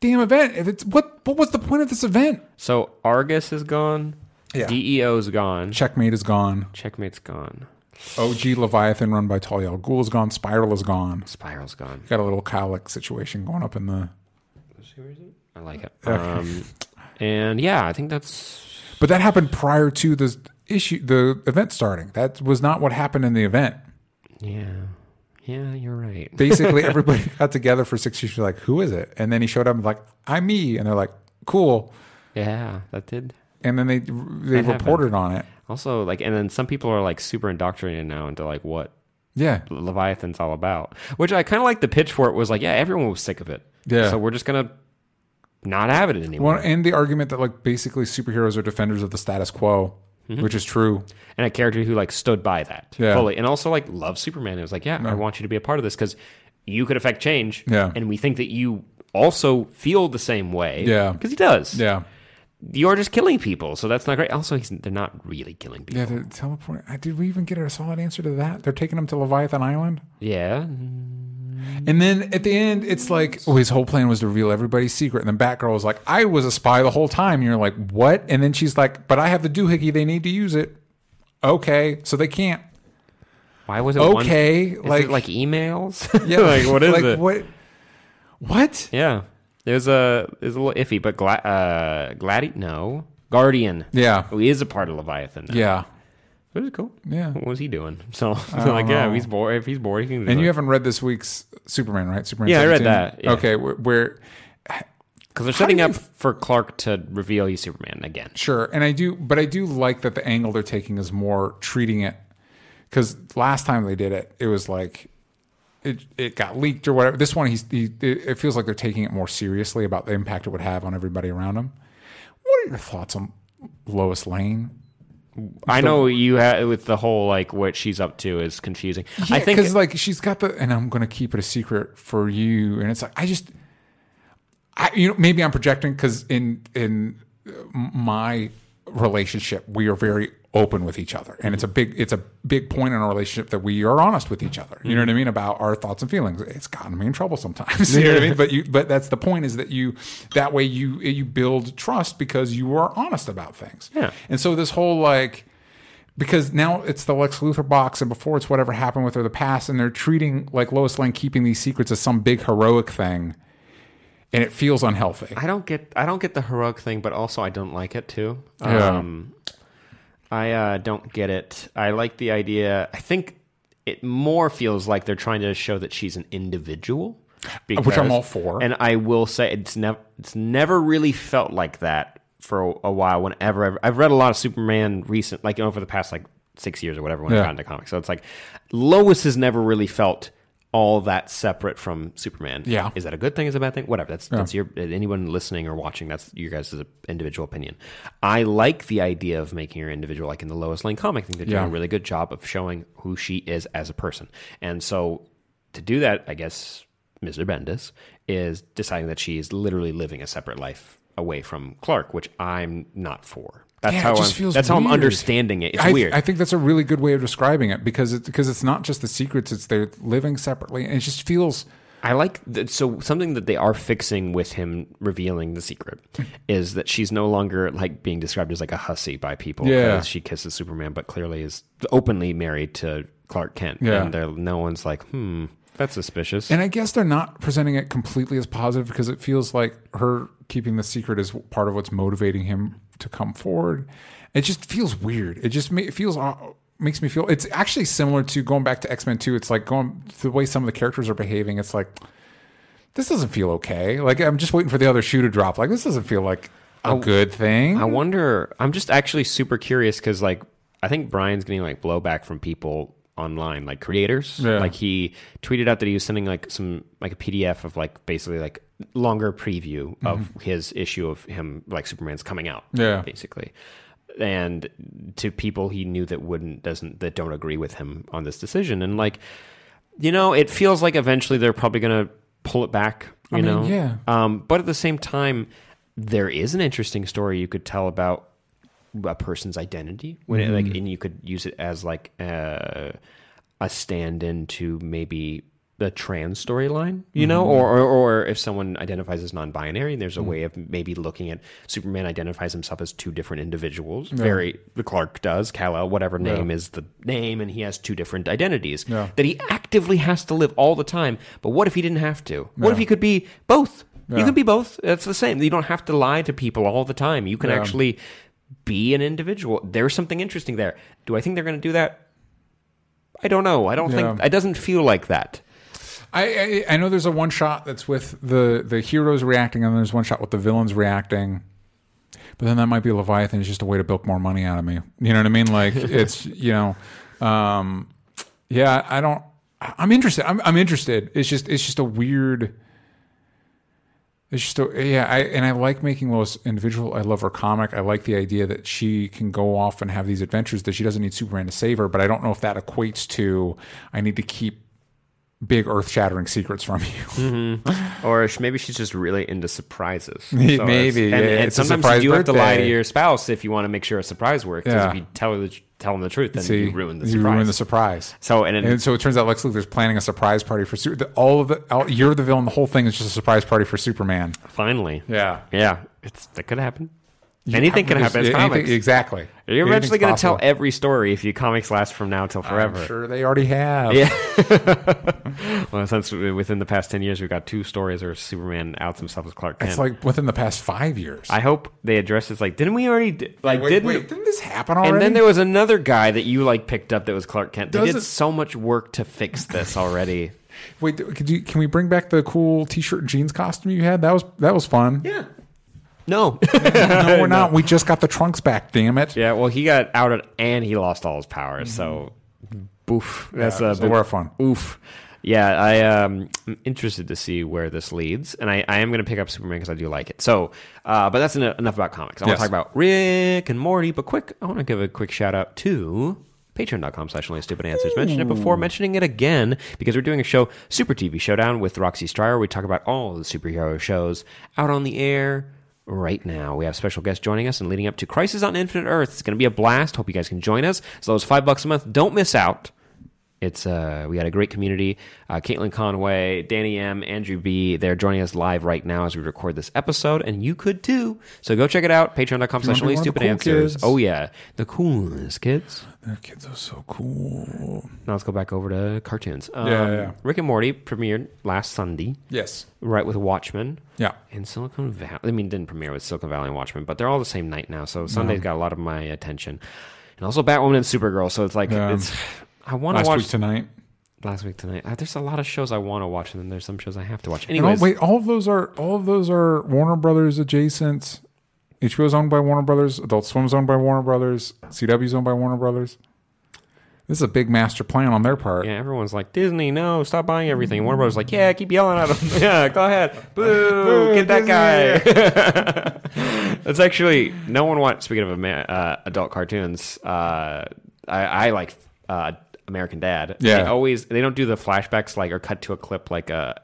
B: damn event? If it's what? What was the point of this event?
A: So Argus is gone.
B: Yeah.
A: DEO's gone.
B: Checkmate is gone.
A: Checkmate's gone.
B: OG Leviathan run by Talia al Ghul is gone. Spiral is gone.
A: Spiral's gone.
B: Got a little cowlick situation going up in the
A: I like it. Um, and yeah, I think that's
B: But that happened prior to the issue, the event starting. That was not what happened in the event.
A: yeah, yeah. You're right.
B: Basically, everybody got together for six issues. Like, who is it? And then he showed up and like, I'm me. And they're like, cool.
A: Yeah, that did.
B: And then they they
A: happened.
B: reported on it.
A: Also, like, and then some people are like super indoctrinated now into like what
B: Yeah,
A: Leviathan's all about, which I kind of like. The pitch for it was like, yeah, everyone was sick of it.
B: Yeah.
A: So we're just gonna not have it anymore.
B: well, and the argument that like basically superheroes are defenders of the status quo, which is true.
A: and a character who like stood by that
B: Yeah.
A: fully and also like loved superman it was like yeah i want you to be a part of this because you could affect change
B: Yeah.
A: and we think that you also feel the same way
B: Yeah.
A: because he does
B: Yeah,
A: you're just killing people so that's not great also he's, they're not really killing people
B: yeah. They're teleporting. I- Did we even get a solid answer to that? They're taking him to Leviathan Island.
A: yeah,
B: And then at the end, it's like, oh, his whole plan was to reveal everybody's secret. And then Batgirl was like, I was a spy the whole time. And you're like, what? And then she's like, but I have the doohickey. They need to use it. Okay. So they can't.
A: why was it one-
B: Okay.
A: Is
B: like,
A: it like emails
B: yeah,
A: like what is
B: like,
A: it
B: What? What?
A: yeah there's a there's a little iffy but Gla- uh gladi no guardian
B: Yeah.
A: who is a part of leviathan now.
B: Yeah.
A: which is cool
B: Yeah.
A: what was he doing so, so like yeah if he's bored if he's bored he can
B: And you haven't read this week's Superman, right? Superman.
A: Yeah, I read
B: 17?
A: that, yeah.
B: Okay. Where, where
A: Because they're setting
B: do
A: up
B: you-
A: for Clark to reveal he's Superman again.
B: Sure, and I do, but I do like that the angle they're taking is more treating it because last time they did it, it was like it it got leaked or whatever. This one, he's he, it it feels like they're taking it more seriously about the impact it would have on everybody around him. What are your thoughts on Lois Lane?
A: I know you had with the whole like what she's up to is confusing. I think
B: because like she's got the, and I'm going to keep it a secret for you, and it's like I just. I, you know, maybe I'm projecting because in in uh, my relationship, we are very open with each other, and it's a big it's a big point in our relationship that we are honest with each other. You know what I
A: Mm-hmm.
B: mean about our thoughts and feelings. It's gotten me in trouble sometimes. You know what I mean? But you but that's the point is that you that way you you build trust because you are honest about things.
A: Yeah.
B: And so this whole like because now it's the Lex Luthor box, and before it's whatever happened with her in the past, and they're treating like Lois Lane keeping these secrets as some big heroic thing, and it feels unhealthy.
A: I don't get I don't get the heroic thing, but also I don't like it too.
B: Yeah.
A: Um I uh, don't get it. I like the idea. I think it more feels like they're trying to show that she's an individual,
B: Which I'm all for.
A: And I will say it's never it's never really felt like that for a, a while. Whenever I've, I've read a lot of Superman recent, like over the past like six years or whatever, when I
B: Yeah.
A: got into comics, so it's like Lois has never really felt all that separate from Superman.
B: Yeah.
A: is that a good thing? Is it a bad thing? Whatever. That's that's your anyone listening or watching. That's your guys' individual opinion. I like the idea of making her individual, like in the Lois Lane comic. I think they're doing
B: Yeah.
A: a really good job of showing who she is as a person. And so to do that, I guess Mr. Bendis is deciding that she is literally living a separate life away from Clark, which I'm not for. That's
B: Yeah, it
A: how
B: just
A: I'm,
B: feels
A: that's how I'm
B: weird.
A: understanding it. It's
B: I,
A: weird.
B: I think that's a really good way of describing it because it, because it's not just the secrets; it's they're living separately, and it just feels.
A: I like that. So something that they are fixing with him revealing the secret is that she's no longer like being described as like a hussy by people.
B: Yeah.
A: 'cause she kisses Superman, but clearly is openly married to Clark Kent.
B: Yeah.
A: and they're- no one's like, hmm, that's suspicious.
B: And I guess they're not presenting it completely as positive because it feels like her keeping the secret is part of what's motivating him to come forward. It just feels weird. It just ma- it feels uh, makes me feel. It's actually similar to going back to X Men Two. It's like going the way some of the characters are behaving. It's like this doesn't feel okay. Like I'm just waiting for the other shoe to drop. Like this doesn't feel like a good thing.
A: I wonder. I'm just actually super curious because, like, I think Brian's getting like blowback from people online, like creators.
B: Yeah.
A: Like he tweeted out that he was sending like some like a PDF of like basically like longer preview
B: Mm-hmm.
A: of his issue of him like Superman's coming out.
B: Yeah.
A: basically. And to people he knew that wouldn't doesn't that don't agree with him on this decision, and like, you know, it feels like eventually they're probably gonna pull it back. You
B: mean,
A: know,
B: yeah.
A: um, but at the same time, there is an interesting story you could tell about a person's identity when it,
B: Mm-hmm.
A: like, and you could use it as like uh, a stand-in to maybe the trans storyline, you know,
B: Mm-hmm.
A: or, or or if someone identifies as non-binary, there's
B: Mm.
A: a way of maybe looking at Superman identifies himself as two different individuels. Very the Clark does, Kal El, whatever name is the name, and he has two different identities
B: Yeah.
A: that he actively has to live all the time. But what if he didn't have to? What if he could be both? You
B: Yeah.
A: can be both. It's the same. You don't have to lie to people all the time. You can
B: Yeah.
A: actually be an individual. There's something interesting there. Do I think they're going to do that? I don't know. I don't think
B: Yeah.
A: it doesn't feel like that.
B: I, I I know there's a one shot that's with the the heroes reacting, and there's one shot with the villains reacting. But then that might be Leviathan is just a way to bilk more money out of me. You know what I mean? Like it's you know, um, yeah. I don't. I- I'm interested. I'm I'm interested. It's just it's just a weird. It's just a, yeah, I and I like making Lois individual. I love her comic. I like the idea that she can go off and have these adventures that she doesn't need Superman to save her. But I don't know if that equates to I need to keep big earth shattering secrets from you.
A: Or sh- maybe she's just really into surprises.
B: Maybe,
A: it's- and,
B: yeah,
A: and
B: it's a
A: sometimes
B: surprise
A: you do have to lie to
B: birthday.
A: your spouse if you want to make sure a surprise works. 'cause
B: Yeah.
A: if you tell the, tell them the truth, then
B: See,
A: you ruin the
B: you
A: surprise.
B: ruin the surprise.
A: so and, it,
B: And so it turns out Lex Luthor's planning a surprise party for Su- the, all of the. All, you're the villain. The whole thing is just a surprise party for Superman.
A: finally,
B: Yeah.
A: yeah, it's that could happen. Anything can happen. It's
B: Anything-
A: comics.
B: exactly.
A: You're eventually
B: Anything's
A: going to tell
B: possible.
A: every story if your comics last from now till forever.
B: I'm sure they already have.
A: Yeah. Well, since we- within the past 10 years, we've got two stories where Superman outs himself as Clark Kent.
B: It's like within the past five years.
A: I hope they address this. Like, didn't we already, d- like,
B: wait,
A: didn't.
B: wait, didn't this happen already?
A: and then there was another guy that you like picked up that was Clark Kent. They did
B: Doesn't-
A: so much work to fix this already.
B: wait. Could you, can we bring back the cool t-shirt and jeans costume you had? That was that was fun.
A: yeah. No.
B: No, we're not. We just got the trunks back. Damn it.
A: yeah. Well, he got outed and he lost all his powers. So, boof. That's a
B: Mm-hmm. so we're fun.
A: Oof. Yeah, I um, I'm interested to see where this leads, and I, I am going to pick up Superman because I do like it. So, uh, but that's en- enough about comics. I want
B: Yes.
A: to talk about Rick and Morty, but quick, I want to give a quick shout out to patreon.com slash only stupid answers. Mentioned it before, mentioning it again because we're doing a show, Super TV Showdown with Roxy Stryer. We talk about all the superhero shows out on the air right now. We have special guests joining us and leading up to Crisis on Infinite Earth. It's going to be a blast. Hope you guys can join us. As low as five bucks a month. Don't miss out. It's uh, we got a great community. Uh, Caitlin Conway, Danny M, Andrew B. They're joining us live right now as we record this episode, and you could too. So go check it out. Patreon.com slash
B: wanna
A: only
B: be one of the
A: stupid
B: cool
A: answers.
B: kids.
A: Oh yeah, the coolest kids.
B: That kids are so cool.
A: Now let's go back over to cartoons. Um,
B: Yeah, yeah, yeah.
A: Rick and Morty premiered last Sunday,
B: Yes.
A: right with Watchmen.
B: Yeah.
A: And Silicon Valley. I mean, didn't premiere with Silicon Valley and Watchmen, but they're all the same night now. So Sunday's got a lot of my attention, and also Batwoman and Supergirl. So it's like
B: Yeah.
A: it's. I want to
B: Last
A: watch
B: week tonight.
A: last week tonight. Uh, there's a lot of shows I want to watch, and then there's some shows I have to watch.
B: And all,
A: Anyways,
B: Oh, wait, all of those are all of those are Warner Brothers adjacent. HBO's owned by Warner Brothers. Adult Swim's owned by Warner Brothers. CW's owned by Warner Brothers. This is a big master plan on their part.
A: yeah, everyone's like Disney, no, stop buying everything. And Warner Brothers is like, yeah, keep yelling at them. yeah, go ahead, boo,
B: Boo,
A: get that
B: Disney,
A: guy. That's actually no one wants. Speaking of Amer- uh, adult cartoons, uh, I, I like uh, American Dad.
B: Yeah.
A: they always they don't do the flashbacks like or cut to a clip like uh, a.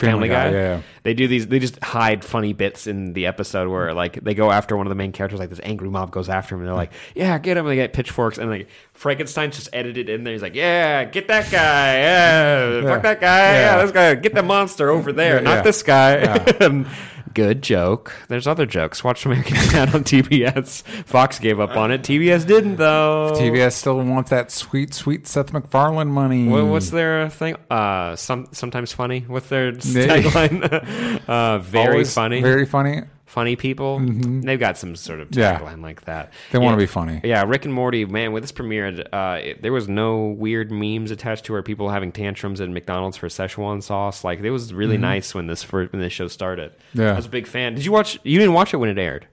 A: Family, Guy.
B: yeah.
A: They do these. They just hide funny bits in the episode where like they go after one of the main characters. Like this angry mob goes after him, and they're like, "Yeah, get him!" And they get pitchforks, and like Frankenstein's just edited in there. He's like, "Yeah, get that guy. Yeah, fuck that guy. Yeah.
B: Yeah.
A: this guy. Get the monster over there,
B: Yeah,
A: not
B: yeah.
A: this guy." Good joke. There's other jokes. Watch American Dad on TBS. Fox gave up on it. TBS didn't though.
B: TBS still wants that sweet, sweet Seth MacFarlane money.
A: Wha- What's their thing? Uh, some sometimes funny. What's their
B: They-
A: tagline? uh, very
B: Always
A: funny
B: Very funny.
A: funny people. They've got some sort of
B: Mm-hmm. Yeah.
A: tagline like that.
B: They want to
A: Yeah.
B: be funny.
A: Yeah, Rick and Morty, man, when this premiered, uh, it- there was no weird memes attached to our people having tantrums at McDonald's for Szechuan sauce. Like, it was really nice when this fir- when this show started.
B: Mm-hmm. Yeah.
A: I was a big fan. Did you watch? You didn't watch it when it aired.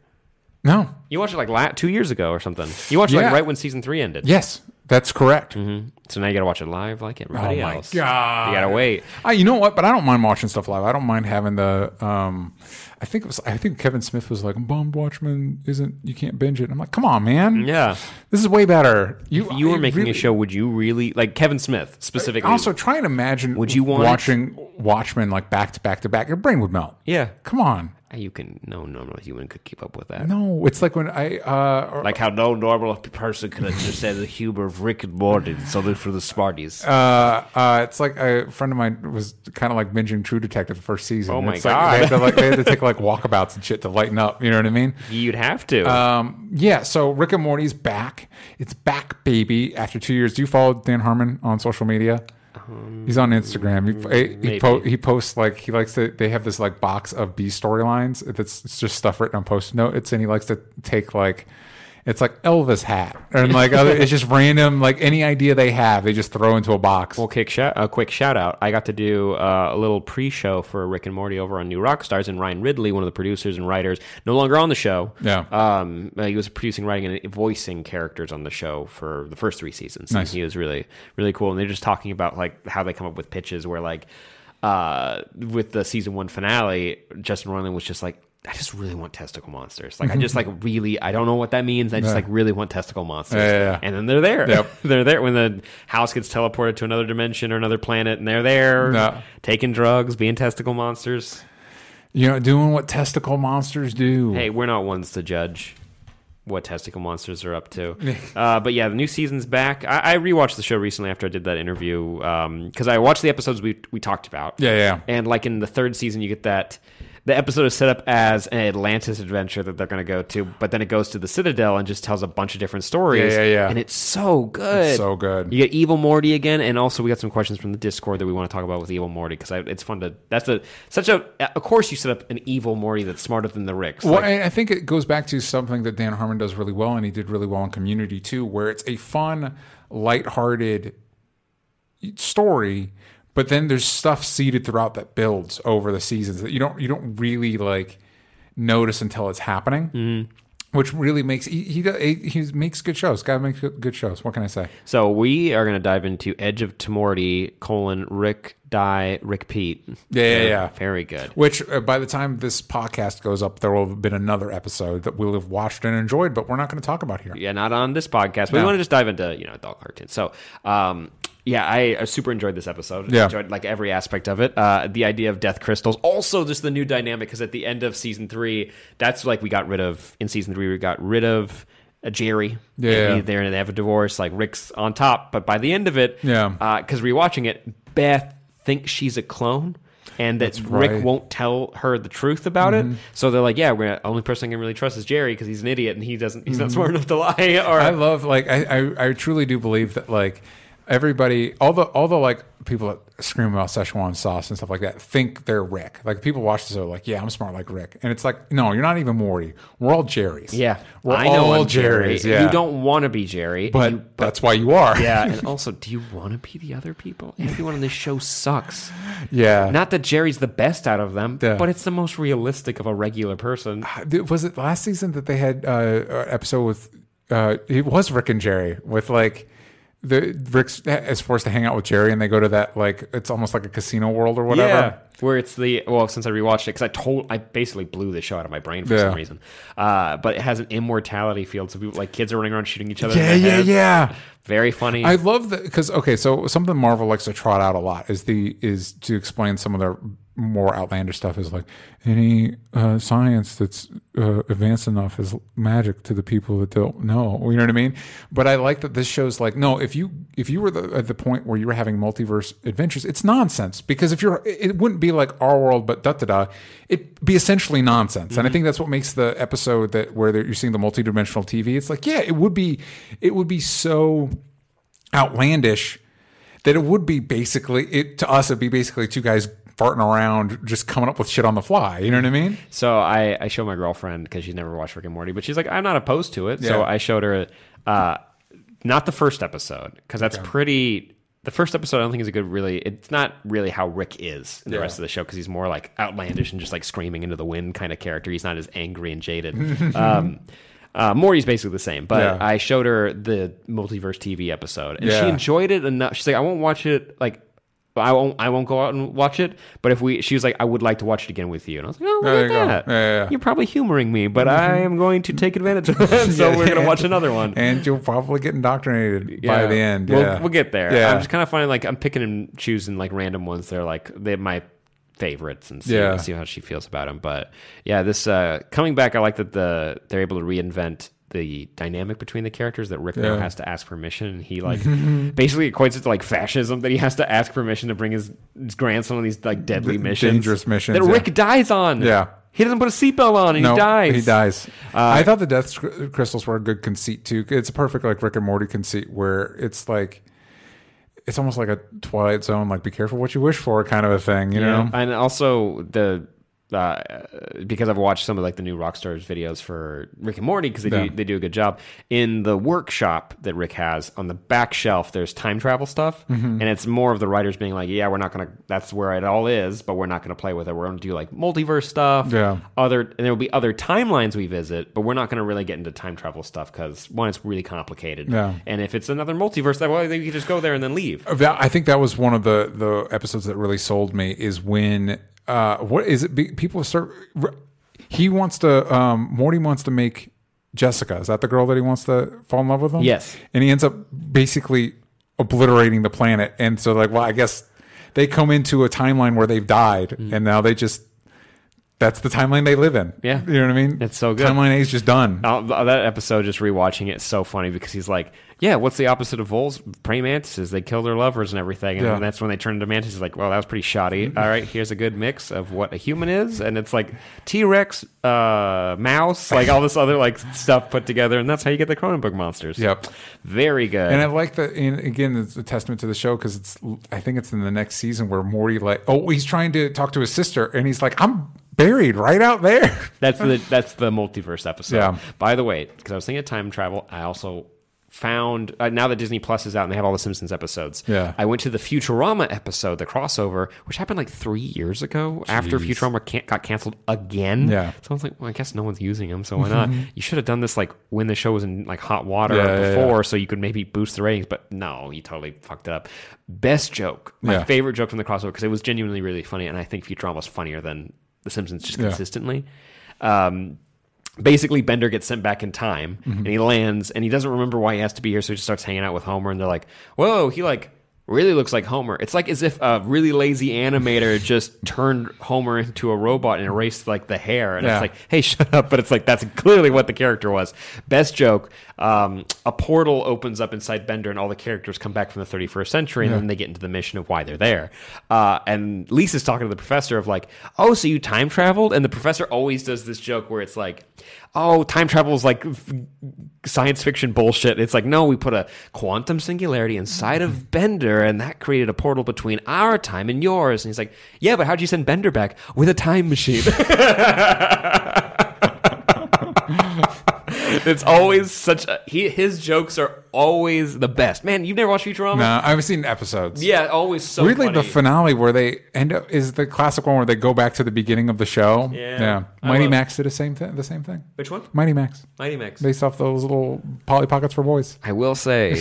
B: No.
A: You watched it like la- two years ago or something. You watched it
B: Yeah.
A: like right when season three ended.
B: Yes, that's correct.
A: So now you got to watch it live like everybody
B: Oh my
A: else.
B: God.
A: You got to wait.
B: I, you know what? But I don't mind watching stuff live. I don't mind having the. Um, I think it was. I think Kevin Smith was like, "Bomb Watchmen isn't. You can't binge it." I'm like, "Come on, man.
A: Yeah.
B: This is way better." You
A: If you were
B: I
A: making
B: really-
A: a show, would you really like Kevin Smith specifically?
B: Also, try and imagine.
A: Would you want-
B: watching Watchmen like back to back to back? Your brain would melt.
A: yeah.
B: Come on.
A: You can no normal human could keep up with that.
B: No, it's like when I uh, or-
A: Like how no normal person could understand the humor of Rick and Morty. It's something for the smarties.
B: uh, uh, it's like a friend of mine was kind of like binging True Detective the first season.
A: Oh my
B: It's like they had to, like, they had to take like walkabouts and shit to lighten up. You know what I mean?
A: You'd have to.
B: Um, yeah, so Rick and Morty's back. It's back, baby. After two years, do you follow Dan Harmon on social media?
A: Um,
B: He's on Instagram. He- He, he, po- he posts like he likes to. They have this like box of B storylines. That's it's just stuff written on post notes, and he likes to take like it's like Elvis hat and like other. it's just random like any idea they have, they just throw into a box.
A: Well, kick shout, a quick shout out. I got to do uh, a little pre-show for Rick and Morty over on New Rockstars, and Ryan Ridley, one of the producers and writers, no longer on the show.
B: Yeah.
A: um, uh, he was producing, writing, and voicing characters on the show for the first three seasons. And
B: Nice.
A: He was really, really cool, and they're just talking about like how they come up with pitches where like uh, with the season one finale, Justin Roiland was just like. I just really want testicle monsters. Like I just like really I don't know what that means. I just like really want testicle monsters.
B: Yeah, yeah, yeah.
A: And then they're there.
B: Yep.
A: they're there when the house gets teleported to another dimension or another planet, and they're there
B: Yeah.
A: taking drugs, being testicle monsters.
B: You know, doing what testicle monsters do.
A: Hey, we're not ones to judge what testicle monsters are up to. uh, but yeah, the new season's back. I, I rewatched the show recently after I did that interview because I watched the episodes we we talked about.
B: Yeah, yeah.
A: And like in the third season, you get that the episode is set up as an Atlantis adventure that they're going to go to, but then it goes to the Citadel and just tells a bunch of different stories.
B: Yeah, yeah, yeah.
A: And it's so good,
B: It's so good.
A: You get Evil Morty again, and also we got some questions from the Discord that we want to talk about with Evil Morty because it's fun to. That's a such a. Of course, you set up an Evil Morty that's smarter than the Ricks.
B: Well, I I think it goes back to something that Dan Harmon does really well, and he did really well in Community too, where it's a fun, lighthearted story, but then there's stuff seeded throughout that builds over the seasons that you don't you don't really like notice until it's happening. which really makes he he, do- he, he makes good shows. Guy makes good good shows. What can I say?
A: So we are going to dive into Edge of Tomorty colon Rick Die Rick Pete.
B: yeah, yeah.
A: Very good.
B: Which uh, by the time this podcast goes up, there will have been another episode that we'll have watched and enjoyed, but we're not going to talk about here.
A: Yeah, not on this podcast. But we
B: No.
A: want to just dive into you know adult cartoons. So, um, yeah, I, I super enjoyed this episode.
B: Yeah.
A: enjoyed like every aspect of it. Uh, the idea of death crystals, also just the new dynamic because at the end of season three, that's like we got rid of in season three we got rid of. uh Jerry,
B: Yeah.
A: They- they're and they have a divorce. Like Rick's on top, but by the end of it,
B: Yeah.
A: because rewatching it, Beth thinks she's a clone, and that
B: right.
A: Rick won't tell her the truth about
B: Mm-hmm.
A: it. So they're like, "Yeah, we're gonna, only person I can really trust is Jerry because he's an idiot and he doesn't,
B: Mm-hmm.
A: he's not smart enough to lie." Or
B: I love like I, I I truly do believe that like everybody all the all the like people that scream about Szechuan sauce and stuff like that think they're Rick. Like people watch the show like yeah I'm smart like Rick, and it's like no you're not even Morty. We're all Jerry's.
A: yeah,
B: we're
A: I
B: all
A: know I'm
B: Jerry's.
A: Jerry.
B: Yeah,
A: You don't want to be Jerry,
B: but
A: You-
B: that's why you are.
A: yeah, and also, do you want to be the other people? Everyone on this show sucks.
B: yeah.
A: Not that Jerry's the best out of them,
B: Yeah.
A: but it's the most realistic of a regular person.
B: was it last season that they had uh, an episode with uh, it was Rick and Jerry with like the Rick's is forced to hang out with Jerry and they go to that like it's almost like a casino world or whatever.
A: Where it's the well, since I rewatched it, because I told I basically blew the show out of my brain for
B: Yeah.
A: some reason. Uh, but it has an immortality field, so people like kids are running around shooting each other.
B: Yeah,
A: in the
B: yeah,
A: head.
B: yeah.
A: Very funny.
B: I love that because okay, so something Marvel likes to trot out a lot is the is to explain some of their more outlandish stuff is like any uh, science that's uh, advanced enough is magic to the people that don't know. You know what I mean? But I like that this show's like no, if you if you were the, at the point where you were having multiverse adventures, it's nonsense because if you're it it wouldn't be like our world, but da da da. It'd be essentially nonsense, and I think that's what makes the episode that where you're seeing the multidimensional TV. It's like yeah, it would be it would be so outlandish that it would be basically it to us it'd be basically two guys farting around just coming up with shit on the fly you know what i mean
A: so I, I show my girlfriend because she's never watched Rick and Morty, but she's like, I'm not opposed to it. So
B: Yeah.
A: I showed her uh, not the first episode because that's pretty. The first episode I don't think is a good really. It's not really how Rick is in the
B: Yeah.
A: rest of the show because he's more like outlandish and just like screaming into the wind kind of character. He's not as angry and jaded. um, uh, Morty's basically the same, but
B: Yeah.
A: I showed her the multiverse TV episode and
B: Yeah.
A: she enjoyed it enough. She's like, I won't watch it like. I won't. I won't go out and watch it. But if we, she was like, I would like to watch it again with you. And I was like, Oh,
B: There
A: look
B: you go.
A: at that.
B: Yeah, yeah, yeah.
A: You're probably humoring me, but I am going to take advantage of that. So we're going to watch another one.
B: and you'll probably get indoctrinated by
A: Yeah.
B: the end
A: We'll,
B: yeah
A: we'll get there.
B: yeah
A: I'm just kind of finding like I'm picking and choosing like random ones that are like they my favorites and see,
B: Yeah.
A: see how she feels about them. But yeah, this uh, coming back, I like that the they're able to reinvent the dynamic between the characters that Rick now
B: Yeah.
A: has to ask permission and he like basically equates it to like fascism that he has to ask permission to bring his, his grandson on these like deadly missions
B: dangerous missions,
A: that
B: yeah.
A: Rick dies on
B: Yeah.
A: he doesn't put a seatbelt on and
B: No,
A: he dies Uh,
B: He dies. I thought the death cr- crystals were a good conceit too. It's a perfect like Rick and Morty conceit where it's like it's almost like a Twilight Zone, like be careful what you wish for kind of a thing. You know?
A: and also the uh, because I've watched some of like the new Rockstar's videos for Rick and Morty because they
B: Yeah.
A: do they do a good job in the workshop that Rick has on the back shelf. There's time travel stuff,
B: Mm-hmm.
A: and it's more of the writers being like, "Yeah, we're not gonna. That's where it all is, but we're not gonna play with it. We're gonna do like multiverse stuff.
B: Yeah.
A: other and there will be other timelines we visit, but we're not gonna really get into time travel stuff because one, it's really complicated,
B: Yeah.
A: and if it's another multiverse, that well, then you can just go there and then leave.
B: That, I think that was one of the the episodes that really sold me is when uh what is it? Be- People start. r- He wants to. Um, Morty wants to make Jessica. Is that the girl that he wants to fall in love with? Him?
A: Yes.
B: And he ends up basically obliterating the planet. And so, like, well, I guess they come into a timeline where they've died,
A: Mm-hmm.
B: and now they just. That's the timeline they live in.
A: Yeah.
B: You know what I mean?
A: It's so good.
B: Timeline A is just done.
A: Uh, that episode, just rewatching it, is so funny because he's like, "Yeah, what's the opposite of voles? Praying mantises. They kill their lovers and everything, and
B: Yeah. Mm-hmm.
A: that's when they turn into mantises." Like, well, that was pretty shoddy. All right, here's a good mix of what a human is, and it's like T Rex, uh, mouse, like all this other like stuff put together, and that's how you get the Cronenberg monsters.
B: Yep.
A: very good.
B: And I like that. And again, it's a testament to the show because it's. I think it's in the next season where Morty like, oh, he's trying to talk to his sister, and he's like, I'm buried right out there.
A: That's the that's the multiverse episode.
B: Yeah.
A: By the way, because I was thinking of time travel, I also found uh, now that Disney Plus is out and they have all the Simpsons episodes.
B: Yeah.
A: I went to the Futurama episode, the crossover, which happened like three years ago after Futurama can- got canceled again.
B: Yeah. Mm-hmm.
A: so I was like, well, I guess no one's using them, so why not? you should have done this like when the show was in like hot water
B: Yeah, yeah,
A: before, so you could maybe boost the ratings. But no, you totally fucked it up. Best joke, my
B: Yeah.
A: favorite joke from the crossover because it was genuinely really funny, and I think Futurama was funnier than The Simpsons just consistently. Um, basically Bender gets sent back in time and he lands and he doesn't remember why he has to be here, so he just starts hanging out with Homer and they're like, Whoa, he like really looks like Homer. It's like as if a really lazy animator just turned Homer into a robot and erased like the hair. And
B: Yeah.
A: it's like, hey, shut up. But it's like that's clearly what the character was. Best joke. Um, a portal opens up inside Bender and all the characters come back from the 31st century and then they get into the mission of why they're there. Uh, and Lisa's talking to the professor of like, oh, so you time traveled? And the professor always does this joke where it's like, oh, time travel is like f- science fiction bullshit. It's like, no, we put a quantum singularity inside of Bender and that created a portal between our time and yours. And he's like, yeah, but how'd you send Bender back? With a time machine. it's always such a, he, his jokes are always the best. Man, you've never watched Futurama?
B: No, I've seen episodes.
A: Yeah, always so
B: Weirdly,
A: funny.
B: the finale where they end up is the classic one where they go back to the beginning of the show.
A: Yeah. I
B: Mighty
A: love-
B: Max did the same thing. The same thing.
A: Which one?
B: Mighty Max,
A: Mighty Max.
B: based off those little Polly Pockets for boys.
A: I will say,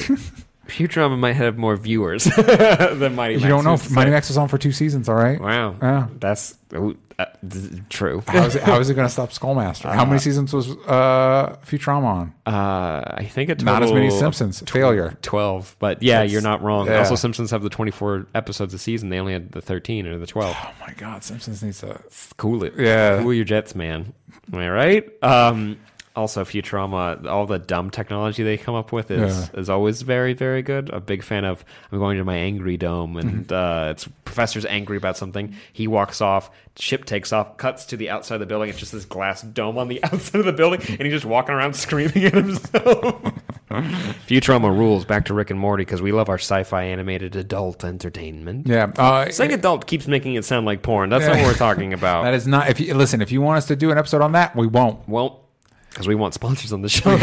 A: Futurama might have more viewers than Mighty Max.
B: You don't know.
A: Who's
B: if Mighty
A: to
B: Max was on for two seasons. All right.
A: say? Wow.
B: Yeah.
A: That's ooh, uh, th- true.
B: How is it, how is it going to stop Skullmaster? how many seasons was uh, Futurama on?
A: Uh, I think a total
B: Not as many
A: of
B: Simpsons. Failure.
A: 12, but yeah, you're not wrong.
B: yeah.
A: Also, Simpsons have the 24 episodes a season. They only had the 13 or the 12.
B: Oh my God, Simpsons needs to.
A: cool it.
B: Yeah.
A: Cool your jets, man. Am I right? Um, also, Futurama, all the dumb technology they come up with is, is always very, very good. A big fan of I'm going to my angry dome, and
B: Mm-hmm.
A: uh, it's professor's angry about something. He walks off, ship takes off, cuts to the outside of the building. It's just this glass dome on the outside of the building, and he's just walking around screaming at himself. Futurama rules. Back to Rick and Morty because we love our sci-fi animated adult entertainment.
B: Yeah, uh,
A: Saying adult keeps making it sound like porn. That's not what we're talking about.
B: that is not. If you listen, if you want us to do an episode on that, we won't.
A: Well, because we want sponsors on the show.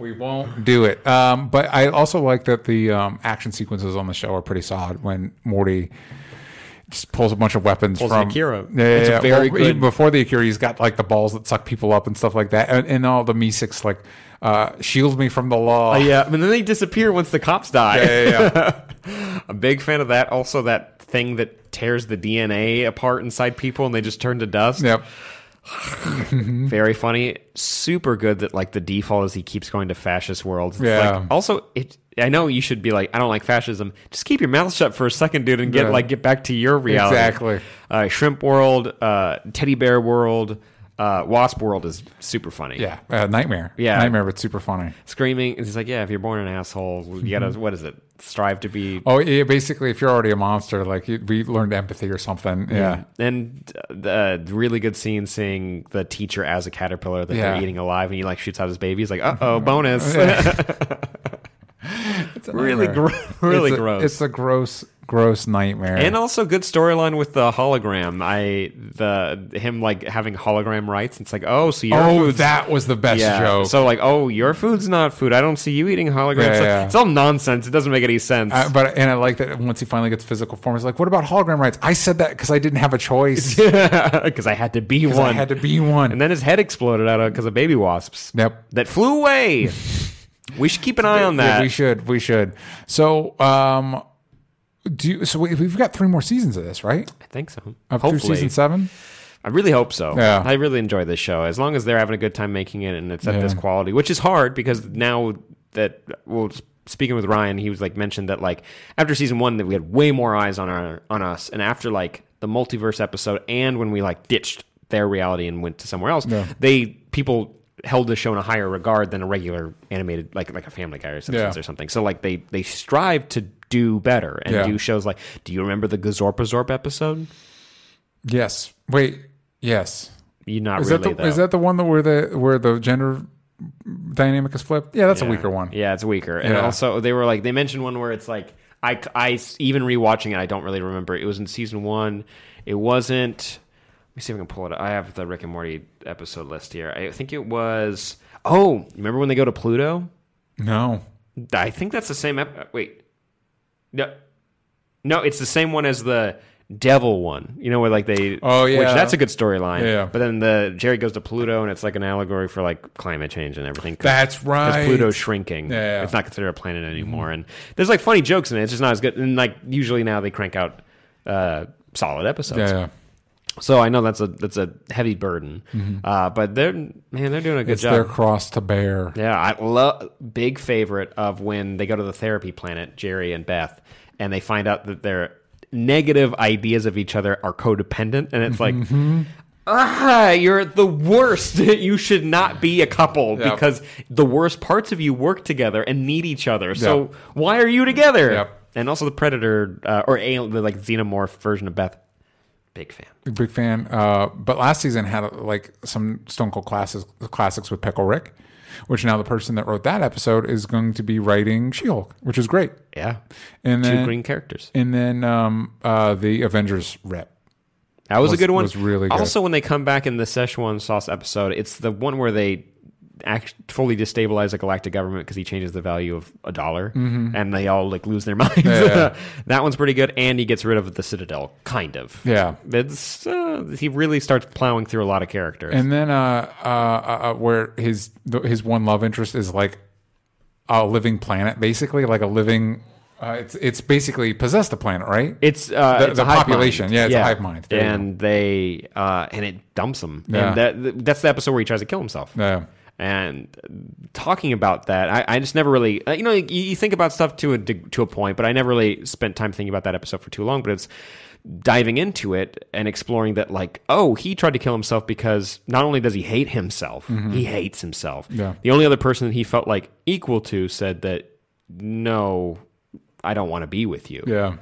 B: We won't do it. Um, but I also like that the um, action sequences on the show are pretty solid when Morty just pulls a bunch of weapons
A: Pulls an
B: from
A: Akira.
B: Yeah,
A: It's a
B: yeah, yeah.
A: very
B: Well,
A: good-
B: Even before the Akira, he's got like the balls that suck people up and stuff like that, and, and all the Meeseeks like uh, shield me from the law.
A: Oh, yeah, and then they disappear once the cops die.
B: yeah, yeah, yeah.
A: A big fan of that. Also, that thing that tears the DNA apart inside people and they just turn to dust.
B: Yep.
A: Very funny. Super good that like the default is he keeps going to fascist worlds. It's
B: Yeah.
A: Like, also, it. I know you should be like, I don't like fascism. Just keep your mouth shut for a second, dude, and get
B: Yeah.
A: like get back to your reality.
B: Exactly.
A: Uh, Shrimp World, uh, Teddy Bear World, uh, Wasp World is super funny.
B: Yeah, uh, nightmare.
A: Yeah.
B: nightmare, but super funny.
A: screaming. And he's like, "Yeah, if you're born an asshole, you gotta what is it? Strive to be."
B: Mm-hmm. Oh, yeah, basically, if you're already a monster, like you, we learned empathy or something. Yeah,
A: And uh, the really good scene seeing the teacher as a caterpillar that
B: Yeah. Mm-hmm.
A: they're eating alive, and he like shoots out his baby. He's like, "Uh oh, bonus!"
B: It's a
A: really,
B: nightmare.
A: gro- really
B: It's a-
A: gross.
B: It's a gross, gross nightmare.
A: and also good storyline with the hologram. I the him like having hologram rights. It's like, oh, so your
B: oh,
A: food's
B: that was the best
A: yeah.
B: joke.
A: So like, oh, your food's not food. I don't see you eating holograms.
B: Yeah,
A: It's like-
B: yeah.
A: It's all nonsense. It doesn't make any sense.
B: Uh, but and I like that once he finally gets physical form, he's like, "What about hologram rights?" I said that because I didn't have a choice.
A: Because I had to be one.
B: I had to be one.
A: And then his head exploded out of because of baby wasps.
B: Yep.
A: That flew away. we should keep an eye on
B: Yeah,
A: that.
B: we should. We should. So, um, do you, so. We, we've got three more seasons of this, right?
A: I think so.
B: Up through
A: Hopefully.
B: season seven.
A: I really hope so.
B: Yeah.
A: I really enjoy this show. As long as they're having a good time making it and it's at
B: Yeah.
A: this quality, which is hard because now that well speaking with Ryan, he was like mentioned that like after season one that we had way more eyes on our on us. And after like the multiverse episode and when we like ditched their reality and went to somewhere else, they people held the show in a higher regard than a regular animated like like a family guy or Simpsons
B: Yeah.
A: or something. So like they they strive to do better and
B: Yeah.
A: do shows like do you remember the Gazorpazorp episode?
B: Yes. Wait. Yes.
A: You not
B: Is
A: really
B: that the,
A: though.
B: is that the one that where the where the gender dynamic is flipped? Yeah, that's a weaker one.
A: Yeah, it's weaker. And
B: Yeah.
A: also, they were like, they mentioned one where it's like, I, I even rewatching it, I don't really remember. It was in season one. It wasn't. Let me see if I can pull it. up. I have the Rick and Morty episode list here. I think it was. Oh, remember when they go to Pluto?
B: No.
A: I think that's the same. Ep- uh, wait, no, no, it's the same one as the devil one. You know where like they.
B: Oh, yeah.
A: which that's a good storyline.
B: Yeah.
A: but then the Jerry goes to Pluto, and it's like an allegory for like climate change and everything. 'cause-
B: That's
A: 'cause
B: right.
A: Pluto's shrinking.
B: Yeah.
A: it's not considered a planet anymore, and there's like funny jokes in it. It's just not as good. And like usually now they crank out uh, solid episodes.
B: Yeah, yeah.
A: So I know that's a that's a heavy burden. Uh, but they're man, they're doing a good
B: Mm-hmm. It's
A: job.
B: their cross to bear.
A: Yeah, I love big favorite of when they go to the therapy planet, Jerry and Beth, and they find out that their negative ideas of each other are codependent, and it's like. Ah, you're the worst. you should not be a couple
B: Yep.
A: because the worst parts of you work together and need each other. So
B: Yep.
A: why are you together?
B: Yep.
A: And also the predator uh, or alien, the like xenomorph version of Beth. Big fan.
B: Big fan. Uh, but last season had like some Stone Cold classes, classics with Pickle Rick, which now the person that wrote that episode is going to be writing She Hulk, which is great.
A: Yeah,
B: And
A: two
B: then,
A: green characters.
B: and then um, uh, the Avengers rep.
A: That was,
B: Was-
A: a good one.
B: was really good.
A: Also, when they come back in the Szechuan sauce episode, it's the one where they act fully destabilize the galactic government because he changes the value of a dollar, and they all like lose their minds.
B: Mm-hmm. Yeah.
A: that one's pretty good, and he gets rid of the Citadel, kind of.
B: Yeah.
A: it's uh, he really starts plowing through a lot of characters.
B: And then uh, uh, uh, uh, where his th- his one love interest is like a living planet, basically like a living. Uh, it's it's basically possessed a planet, right?
A: it's uh,
B: The-
A: it's
B: the
A: a hive
B: population.
A: mind.
B: Yeah, it's a hive mind. There you
A: and they uh, and it dumps him.
B: Yeah.
A: And that that's the episode where he tries to kill himself.
B: Yeah.
A: And talking about that, I, I just never really, uh, you know, you, you think about stuff to a deg- to a point, but I never really spent time thinking about that episode for too long. But it's diving into it and exploring that, like, oh, he tried to kill himself because not only does he hate himself, he hates himself.
B: Mm-hmm. Yeah.
A: The only other person that he felt like equal to said that, no, I don't want to be with you.
B: yeah,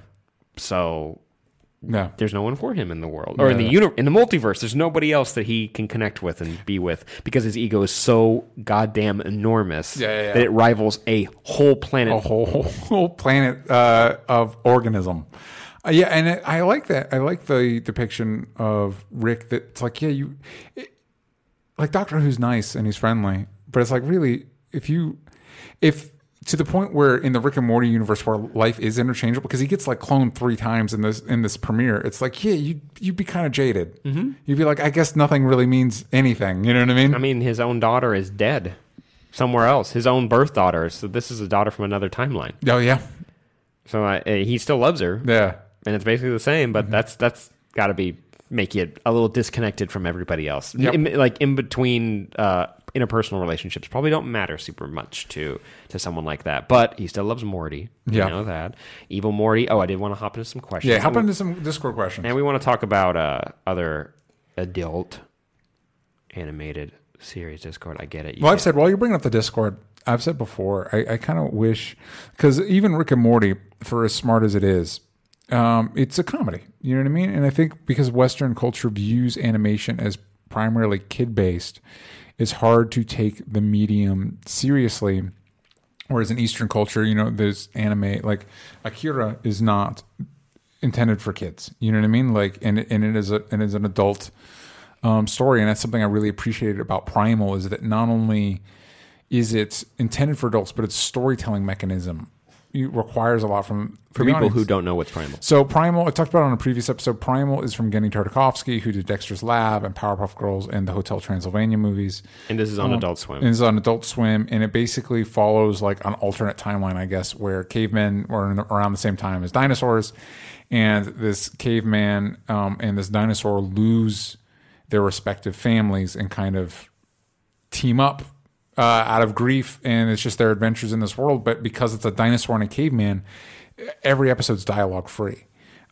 A: So
B: yeah.
A: there's no one for him in the world or in the uni- in the multiverse. There's nobody else that he can connect with and be with because his ego is so goddamn enormous
B: Yeah, yeah, yeah.
A: that it rivals a whole planet.
B: a whole whole planet uh, of organism. Uh, yeah, and it, I like that. I like the depiction of Rick. That's like, yeah, you it- like Doctor Who's nice and he's friendly, but it's like really if you if to the point where in the Rick and Morty universe where life is interchangeable because he gets like cloned three times in this in this premiere, it's like yeah, you you'd be kind of jaded. You'd be like, I guess nothing really means anything. You know what I mean?
A: I mean, his own daughter is dead somewhere else. His own birth daughter. So this is a daughter from another timeline.
B: oh yeah,
A: So uh, he still loves her,
B: yeah.
A: and it's basically the same.
B: Mm-hmm.
A: But that's that's got to be make you a little disconnected from everybody else.
B: Yep.
A: In- like in between uh, interpersonal relationships, probably don't matter super much to to someone like that. But he still loves Morty.
B: Yeah.
A: you know that evil Morty. Oh, I did want to hop into some questions.
B: Yeah, hop
A: And-
B: into some Discord questions.
A: And we want to talk about uh, other adult animated series Discord. I get it. You
B: Well, I've
A: get-
B: said while you're bringing up the Discord, I've said before, I, I kind of wish because even Rick and Morty, for as smart as it is, um, it's a comedy. You know what I mean? And I think because Western culture views animation as primarily kid based, it's hard to take the medium seriously. Whereas in Eastern culture, you know, there's anime like Akira is not intended for kids. You know what I mean? Like, and it- and it is a and is an adult um, story, and that's something I really appreciated about Primal is that not only is it intended for adults, but its storytelling mechanism it requires a lot from
A: for people who don't know what's primal.
B: So Primal, I talked about it on a previous episode. Primal is from Genny Tartakovsky, who did Dexter's Lab and Powerpuff Girls and the Hotel Transylvania movies.
A: And this is on Adult Swim.
B: And it's on Adult Swim, and it basically follows like an alternate timeline, I guess, where cavemen were in, around the same time as dinosaurs, and this caveman um, and this dinosaur lose their respective families and kind of team up uh, out of grief, and it's just their adventures in this world. But because it's a dinosaur and a caveman, every episode's dialogue free.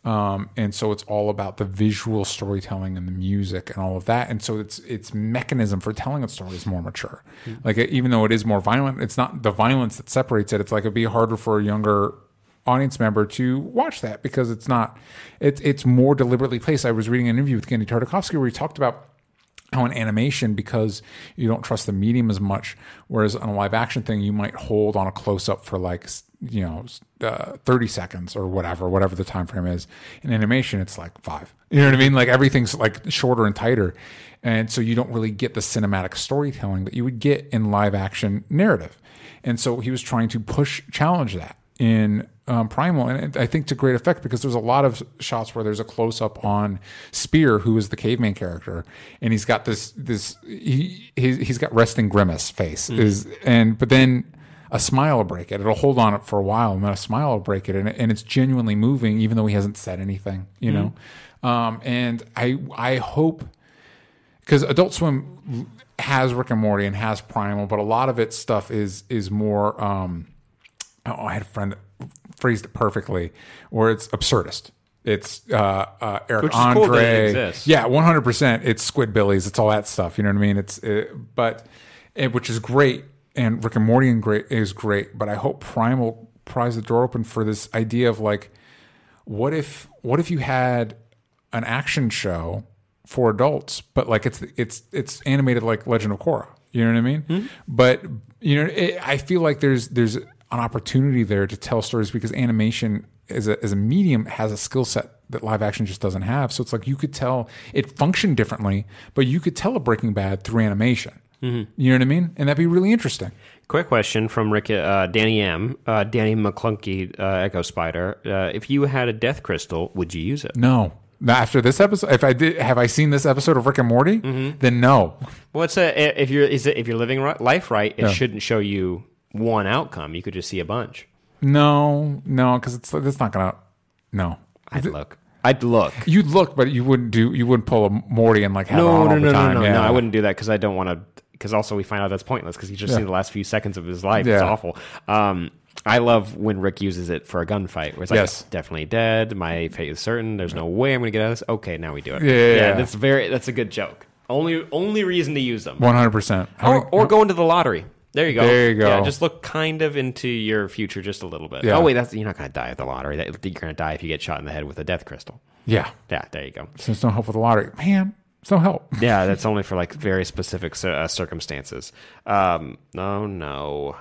B: Um, and so it's all about the visual storytelling and the music and all of that. And so its its mechanism for telling a story is more mature. Like even though it is more violent, it's not the violence that separates it. It's like it'd be harder for a younger audience member to watch that because it's not it's it's more deliberately placed. I was reading an interview with Gandhi Tartakovsky where he talked about how in animation because you don't trust the medium as much whereas on a live action thing you might hold on a close up for like s- you know uh, 30 seconds or whatever whatever the time frame is in animation it's like five you know what i mean like everything's like shorter and tighter and so you don't really get the cinematic storytelling that you would get in live action narrative and so he was trying to push challenge that in um, Primal, and it- I think to great effect because there's a lot of shots where there's a close up on Spear, who is the caveman character, and he's got this this he he's, he's got resting grimace face is and but then a smile will break it. It'll hold on it for a while, and then a smile will break it, and, it- and it's genuinely moving, even though he hasn't said anything, you know. Um, and I I hope because Adult Swim has Rick and Morty and has Primal, but a lot of its stuff is is more. Um, oh, I had a friend that phrased it perfectly, where it's absurdist. It's uh, uh, Eric
A: Which is
B: Andre.
A: cool that it exists.
B: Yeah, one hundred percent. It's Squidbillies. It's all that stuff. You know what I mean? It's it, but it, which is great, and Rick and Morty and great is great. But I hope Primal pries the door open for this idea of like, what if what if you had an action show for adults, but like it's it's it's animated like Legend of Korra. You know what I mean? But you know, it, I feel like there's there's an opportunity there to tell stories because animation as a as a medium has a skill set that live action just doesn't have. So it's like you could tell it functioned differently, but you could tell a Breaking Bad through animation. You know what I mean? And that'd be really interesting.
A: Quick question from Rick, uh, Danny M, uh, Danny McClunky, uh, Echo Spider. Uh, if you had a death crystal, would you use it?
B: No. Now, After this episode, if I did, have I seen this episode of Rick and Morty? Then no.
A: Well, it's a, if you're is it, if you're living right, life right, it shouldn't show you one outcome. You could just see a bunch.
B: No, no, because it's it's not gonna. No,
A: I'd look. I'd look.
B: you'd look, but you wouldn't do. You wouldn't pull a Morty and like have it
A: No,
B: on
A: no,
B: all
A: no,
B: the
A: no,
B: time.
A: no,
B: yeah.
A: no. I wouldn't do that because I don't want to. Because also we find out that's pointless because he's just seen the last few seconds of his life. It's
B: Yeah.
A: awful. Um, I love when Rick uses it for a gunfight. Where it's like,
B: Yes.
A: definitely dead. My fate is certain. There's no way I'm going to get out of this. Okay, now we do it.
B: Yeah, yeah, yeah.
A: That's very. That's a good joke. Only only reason to use them.
B: One hundred percent.
A: Or, or go into the lottery. There you go.
B: There you go.
A: Yeah, just look kind of into your future just a little bit.
B: Yeah.
A: Oh wait, that's you're not going to die at the lottery. That, you're going to die if you get shot in the head with a death crystal.
B: Yeah,
A: Yeah, there you go.
B: so it's no help with the lottery, man. It's no help.
A: Yeah, that's only for like very specific cir- uh, circumstances. Um, no, no,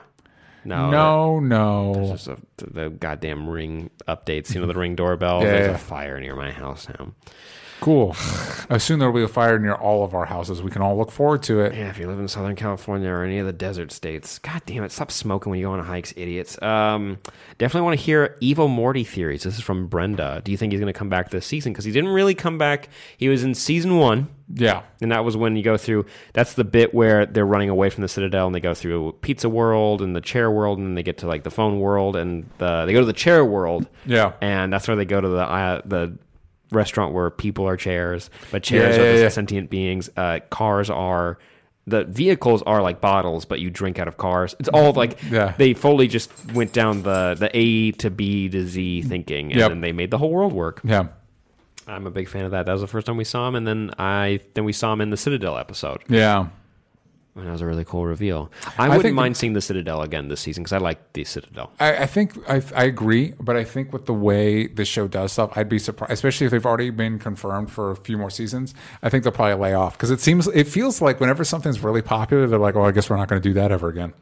A: no,
B: No, no.
A: Oh, There's a, the goddamn ring updates. You know the ring doorbell.
B: Yeah,
A: There's
B: yeah.
A: a fire near my house now.
B: Cool. I assume there will be a fire near all of our houses. We can all look forward to it.
A: Yeah, if you live in Southern California or any of the desert states, god damn it, stop smoking when you go on hikes, idiots. Um, definitely want to hear evil Morty theories. This is from Brenda. Do you think he's going to come back this season? Because he didn't really come back. He was in season one.
B: Yeah.
A: And that was when you go through. That's the bit where they're running away from the Citadel, and they go through Pizza World and the Chair World, and then they get to like the Phone World, and the, they go to the Chair World.
B: Yeah.
A: and that's where they go to the uh, the restaurant where people are chairs, but chairs
B: Yeah,
A: are
B: yeah,
A: just
B: yeah.
A: sentient beings. Uh, cars are the vehicles are like bottles, but you drink out of cars. It's all like
B: Mm-hmm. Yeah.
A: they fully just went down the the A to B to Z thinking, and
B: Yep.
A: then they made the whole world work.
B: Yeah.
A: I'm a big fan of that. That was the first time we saw him, and then I then we saw him in the Citadel episode,
B: Yeah.
A: and that was a really cool reveal. I, wouldn't
B: think-
A: mind seeing the Citadel again this season because I like the Citadel.
B: I, I think I, I agree, but I think with the way the show does stuff, I'd be surprised, especially if they've already been confirmed for a few more seasons. I think they'll probably lay off because it seems it feels like whenever something's really popular, they're like, "Oh, I guess we're not going to do that ever again."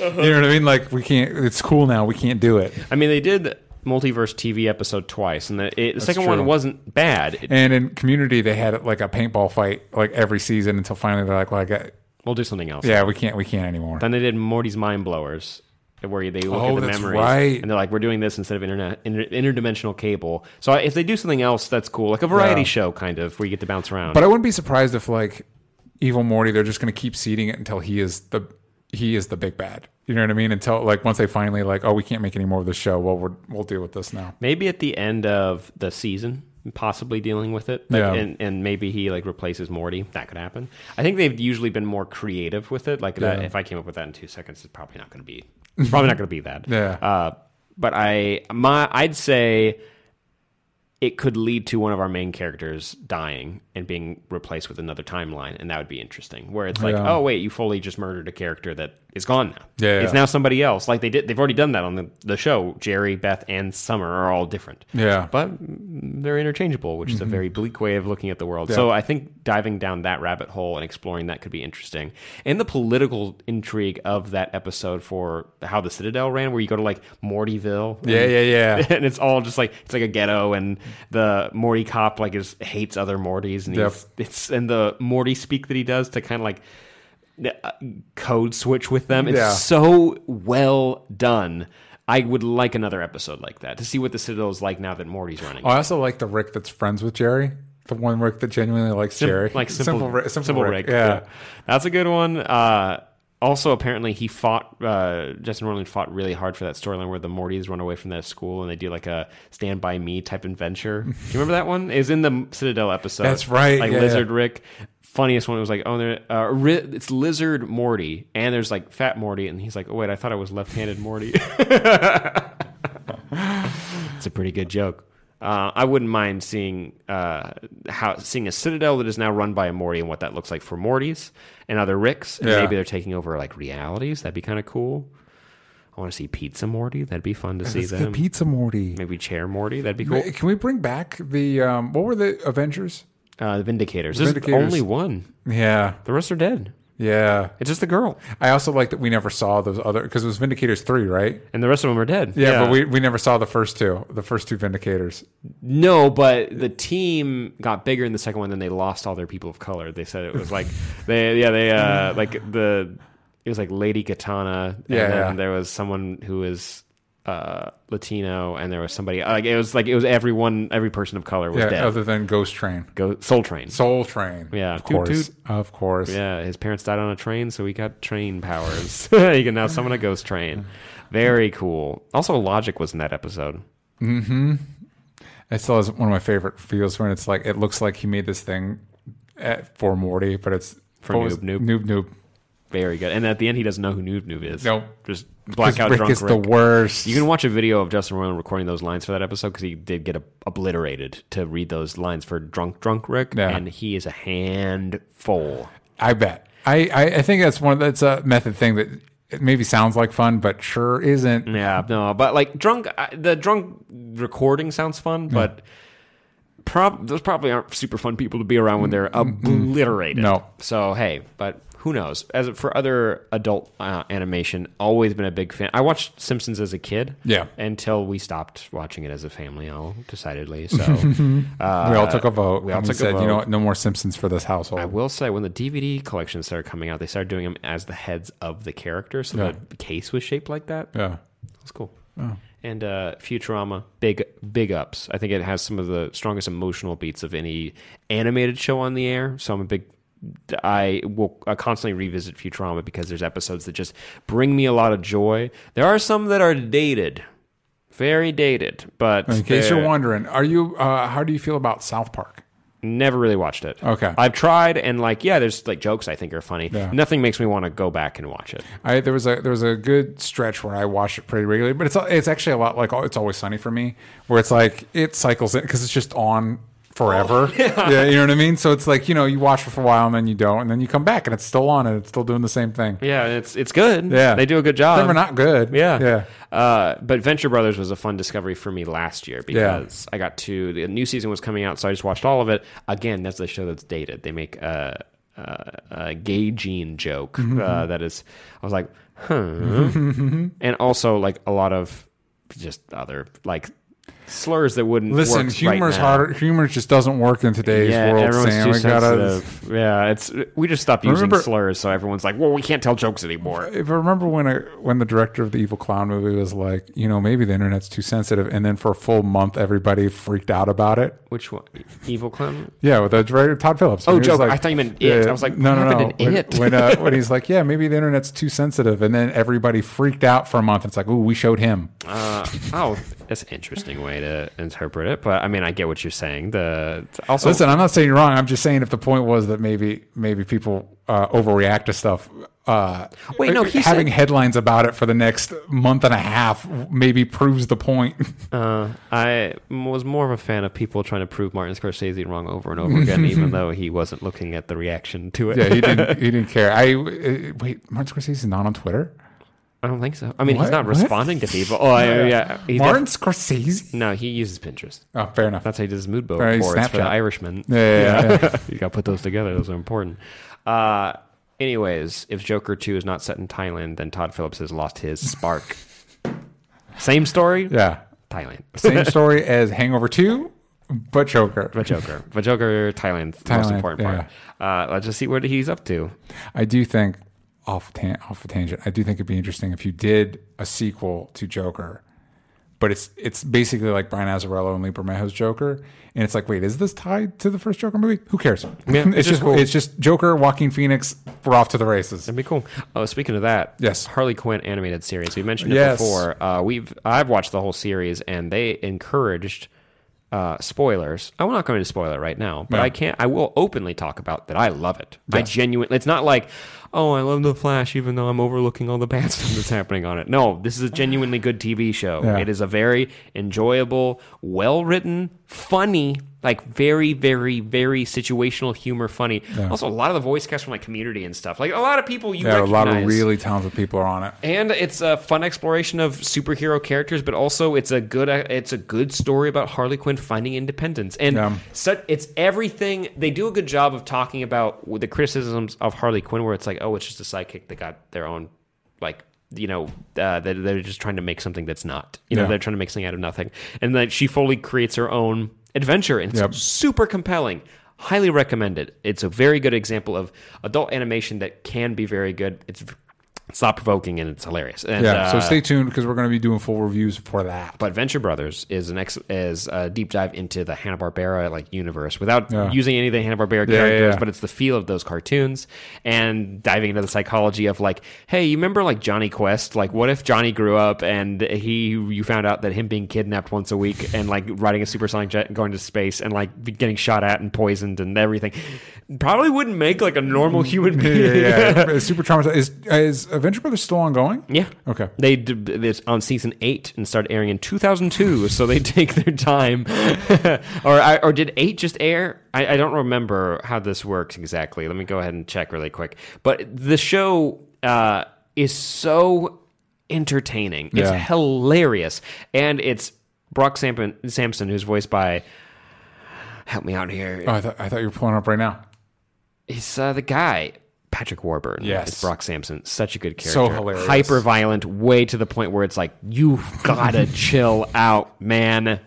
B: You know what I mean? Like we can't. It's cool now. We can't do it.
A: I mean, they did multiverse TV episode twice, and the, it, the second
B: true.
A: one wasn't bad. It-
B: And in Community, they had like a paintball fight like every season until finally they're like, "Well, I got,
A: we'll do something else.
B: yeah, we can't. We can't anymore."
A: Then they did Morty's Mind Blowers, where they look
B: Oh,
A: at the
B: that's
A: memories,
B: right.
A: and they're like, "We're doing this instead of internet inter- interdimensional cable." So I- if they do something else, that's cool, like a variety
B: Yeah.
A: show kind of, where you get to bounce around.
B: But I wouldn't be surprised if like Evil Morty, they're just going to keep seeding it until he is the he is the big bad. You know what I mean? Until like once they finally like, oh, we can't make any more of this show. Well, we're, we'll deal with this now.
A: Maybe at the end of the season, possibly dealing with it, like,
B: Yeah.
A: and and maybe he like replaces Morty. That could happen. I think they've usually been more creative with it. Like that,
B: Yeah.
A: if I came up with that in two seconds, it's probably not going to be. It's probably not going to be that.
B: Yeah.
A: Uh, but I my I'd say it could lead to one of our main characters dying and being replaced with another timeline, and that would be interesting. Where it's like,
B: Yeah.
A: oh wait, you fully just murdered a character that is gone now.
B: Yeah,
A: It's
B: yeah.
A: now somebody else. Like they did, they've already done that on the, the show. Jerry, Beth, and Summer are all different.
B: Yeah.
A: But they're interchangeable, which is
B: Mm-hmm.
A: a very bleak way of looking at the world. So I think diving down that rabbit hole and exploring that could be interesting. And the political intrigue of that episode for how the Citadel ran, where you go to like Mortyville. and-
B: Yeah, yeah, yeah.
A: and it's all just like it's like a ghetto, and the Morty cop like is hates other Mortys, and he's, it's and the Morty speak that he does to kind of like uh, code switch with them. It's
B: Yeah.
A: so well done. I would like another episode like that to see what the Citadel is like now that Morty's running.
B: I also like the Rick that's friends with Jerry. The one Rick that genuinely likes Jerry.
A: Like simple, simple,
B: Ri-
A: Rick,
B: Yeah.
A: that's a good one. Uh, also, apparently, he fought. Uh, Justin Roiland fought really hard for that storyline where the Mortys run away from that school and they do like a Stand By Me type adventure. do you remember that one? It was in the Citadel episode.
B: That's right,
A: Like
B: yeah.
A: Lizard Rick. Funniest one was like, oh, there, uh, ri- it's Lizard Morty, and there's like Fat Morty, and he's like, oh wait, I thought I was left-handed Morty. It's a pretty good joke. Uh, I wouldn't mind seeing uh, how seeing a citadel that is now run by a Morty and what that looks like for Mortys and other Ricks. And
B: Yeah.
A: maybe they're taking over like realities. That'd be kind of cool. I want to see Pizza Morty. That'd be fun to see
B: It's the
A: them.
B: Pizza Morty.
A: maybe Chair Morty. That'd be cool.
B: Wait, Can we bring back the um, what were the Avengers?
A: Uh, the Vindicators. There's
B: Vindicators.
A: only one.
B: Yeah,
A: The rest are dead.
B: yeah.
A: It's just the girl,
B: I also like that we never saw those other because it was Vindicators three, right?
A: and the rest of them are dead.
B: Yeah, but we, we never saw the first two, the first two Vindicators.
A: No, but the team got bigger in the second one, then they lost all their people of color. They said it was like they yeah they uh like the it was like Lady Katana, and
B: Yeah,
A: then
B: yeah.
A: there was someone who was uh Latino, and there was somebody like it was like it was everyone every person of color was
B: Yeah,
A: dead.
B: other than Ghost Train,
A: Go Soul Train.
B: Soul Train.
A: Yeah,
B: of
A: toot,
B: course,
A: toot.
B: of course.
A: Yeah, his parents died on a train, so he got train powers. he can now summon a ghost train. Very cool. Also, Logic was in that episode.
B: It still has one of my favorite feels when it's like it looks like he made this thing at, for Morty, but it's
A: For Noob
B: what was-
A: Noob.
B: Noob Noob.
A: Very good. And at the end, he doesn't know who Noob Noob is.
B: Nope.
A: just
B: 'Cause
A: blackout
B: Rick
A: drunk
B: is
A: Rick.
B: the worst.
A: You can watch a video of Justin Roiland recording those lines for that episode because he did get ob- obliterated to read those lines for Drunk Drunk Rick,
B: Yeah.
A: and he is a handful.
B: I bet. I, I, I think that's one. Of, that's a method thing that it maybe sounds like fun, but sure isn't.
A: Yeah, no, but like drunk, I- the drunk recording sounds fun, but prob- those probably aren't super fun people to be around when they're obliterated.
B: No.
A: So hey, but who knows? As for other adult uh, animation, always been a big fan. I watched Simpsons as a kid.
B: Yeah.
A: Until we stopped watching it as a family, all decidedly. So uh,
B: we all took a vote.
A: we all
B: and
A: took a
B: said, You know
A: vote.
B: what? No more Simpsons for this
A: I
B: household.
A: will say when the DVD collections started coming out, they started doing them as the heads of the character, so
B: Yeah. Oh.
A: the case was shaped like that.
B: yeah.
A: That's cool. And uh, Futurama, big big ups. I think it has some of the strongest emotional beats of any animated show on the air. So I'm a big. I will I constantly revisit Futurama because there's episodes that just bring me a lot of joy. There are some that are dated, very dated, but
B: In case
A: they're-
B: you're wondering, are you? Uh, how do you feel about South Park?
A: Never really watched it.
B: Okay.
A: I've tried and like yeah, there's like jokes I think are funny.
B: Yeah.
A: Nothing makes me want to go back and watch it.
B: I there was a there was a good stretch where I watched it pretty regularly, but it's it's actually a lot like oh, it's always sunny for me, where it's like it cycles in because it's just on
A: Oh.
B: forever. yeah. you know what I mean. So it's like you know you watch for a while and then you don't, and then you come back and it's still on and it's still doing the same thing.
A: Yeah, it's it's good.
B: Yeah.
A: They do a good job.
B: They're not good.
A: Um, Yeah.
B: yeah.
A: Uh, but Venture Brothers was a fun discovery for me last year because I got to the new season was coming out, so I just watched all of it. Again, that's the show that's dated. They make a, a, a gay gene joke
B: Mm-hmm.
A: uh, that is. I was like, huh. and also like a lot of just other like slurs that wouldn't
B: Listen,
A: work
B: humor's
A: right now.
B: harder. Humor just doesn't work in today's
A: Yeah,
B: world,
A: everyone's
B: Sam.
A: too
B: We gotta.
A: sensitive. Yeah, it's we just stopped using
B: Remember-
A: slurs, so everyone's like, "Well, we can't tell jokes anymore."
B: If I remember when I, when the director of the Evil Clown movie was like, you know, maybe the internet's too sensitive, and then for a full month everybody freaked out about it.
A: Which one? E-, Evil clown?
B: Yeah, with the director Todd Phillips.
A: Oh,
B: He was
A: joke. I thought you meant it. I was like, what
B: no, no, no.
A: happened in
B: when,
A: it?
B: when, uh, when he's like, yeah, maybe the internet's too sensitive, and then everybody freaked out for a month. It's like, ooh, we showed him.
A: Uh, oh, that's an interesting way way to interpret it, but I mean, I get what you're saying. The also,
B: Listen, I'm not saying you're wrong. I'm just saying if the point was that maybe maybe people uh, overreact to stuff. Uh,
A: Wait, no, he
B: having
A: said-
B: headlines about it for the next month and a half maybe proves the point.
A: uh, I m- was more of a fan of people trying to prove Martin Scorsese wrong over and over again, even though he wasn't looking at the reaction to it.
B: yeah, he didn't. He didn't care. I uh, wait. Martin Scorsese is not on Twitter.
A: I don't think so. I mean,
B: What?
A: he's not
B: What?
A: responding to people. Oh, I, yeah, he's not-
B: Martin Scorsese.
A: no, he uses Pinterest.
B: Oh, fair enough.
A: That's how he does his mood board
B: Very
A: boards for the
B: Snapchat.
A: Irishman.
B: Yeah, yeah, yeah.
A: you got to put those together. Those are important. Uh, anyways, if Joker 2 is not set in Thailand, then Todd Phillips has lost his spark. Same story?
B: yeah.
A: Thailand.
B: Same story as Hangover Two, but Joker.
A: But Joker. But Joker, Thailand, the most
B: Thailand,
A: important part. Uh, let's just see what he's up to.
B: I do think off tan- off a tangent. I do think it'd be interesting if you did a sequel to Joker, but it's it's basically like Brian Azzarello and Lee Bermejo's Joker, and it's like, wait, is this tied to the first Joker movie? Who cares? it's,
A: it's
B: just
A: just cool.
B: it's just Joker, Joaquin Phoenix. We're off to the races.
A: That'd be cool. Oh, speaking of that,
B: Yes.
A: Harley Quinn animated series. We mentioned it
B: Yes.
A: before. Uh, we've I've watched the whole series, and they encouraged uh, spoilers. I'm not going to spoil it right now, but
B: Yeah.
A: I can't. I will openly talk about that. I love it. I genuinely. It's not like, oh, I love the Flash, even though I'm overlooking all the bad stuff that's happening on it. No, this is a genuinely good TV show.
B: Yeah.
A: It is a very enjoyable, well written, funny. Like very, very, very situational humor, funny. Also, a lot of the voice cast from like Community and stuff. Like a lot of people you
B: Yeah, a lot of
A: recognize.
B: really talented people are on it.
A: And it's a fun exploration of superhero characters, but also it's a good it's a good story about Harley Quinn finding independence. And
B: Yeah.
A: so it's everything. They do a good job of talking about the criticisms of Harley Quinn, where it's like, oh, it's just a sidekick that got their own, like you know, uh, they're, they're just trying to make something that's not. You know,
B: Yeah.
A: they're trying to make something out of nothing, and then she fully creates her own adventure, and it's
B: Yep.
A: super compelling. Highly recommended. It's a very good example of adult animation that can be very good. It's it's not provoking and it's hilarious. And,
B: Yeah, so
A: uh,
B: stay tuned because we're going to be doing full reviews for that.
A: but Venture Brothers is an ex is a deep dive into the Hanna Barbera like universe without
B: Yeah.
A: using any of the Hanna Barbera
B: yeah,
A: characters,
B: yeah.
A: but it's the feel of those cartoons and diving into the psychology of like, hey, you remember like Johnny Quest? Like, what if Johnny grew up and he you found out that him being kidnapped once a week and like riding a supersonic jet and going to space and like getting shot at and poisoned and everything probably wouldn't make like a normal human being.
B: Mm. yeah, yeah, yeah. super traumatized. Is is Adventure Brothers still ongoing?
A: Yeah.
B: Okay.
A: They did this on season eight and started airing in 2002, so they take their time. or I- or did eight just air? I, I don't remember how this works exactly. Let me go ahead and check really quick. But the show uh, is so entertaining.
B: Yeah.
A: It's hilarious, and it's Brock Samson, Sampson, who's voiced by. Help me out here.
B: Oh, I, thought I thought you were pulling up right now.
A: He's uh, the guy. Patrick Warburton.
B: Yes.
A: It's Brock Sampson. Such a good character.
B: So hilarious.
A: Hyper violent, way to the point where it's like, you've got to chill out, man.
B: And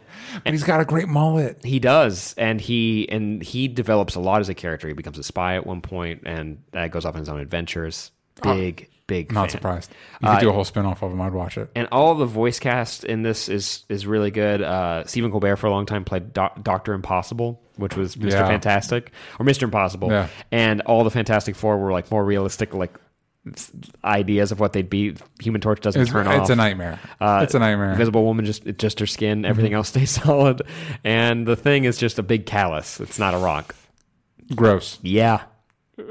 B: he's got a great mullet.
A: He does, and he and he develops a lot as a character. He becomes a spy at one point, and uh, goes off on his own adventures. Big, big.
B: Not
A: fan.
B: surprised. You could do a whole spin off of him. I'd watch it.
A: And all the voice cast in this is is really good. Uh, Stephen Colbert for a long time played Doc Doctor Impossible, which was Mr.
B: Yeah.
A: Fantastic or Mr. Impossible,
B: Yeah.
A: and all the Fantastic Four were like more realistic, like s- ideas of what they'd be. Human Torch doesn't
B: It's,
A: turn off. uh,
B: it's a nightmare. it's a nightmare.
A: Invisible Woman just it's just her skin. Everything
B: Mm-hmm.
A: else stays solid, and the thing is just a big callus. It's not a rock.
B: Gross.
A: Yeah.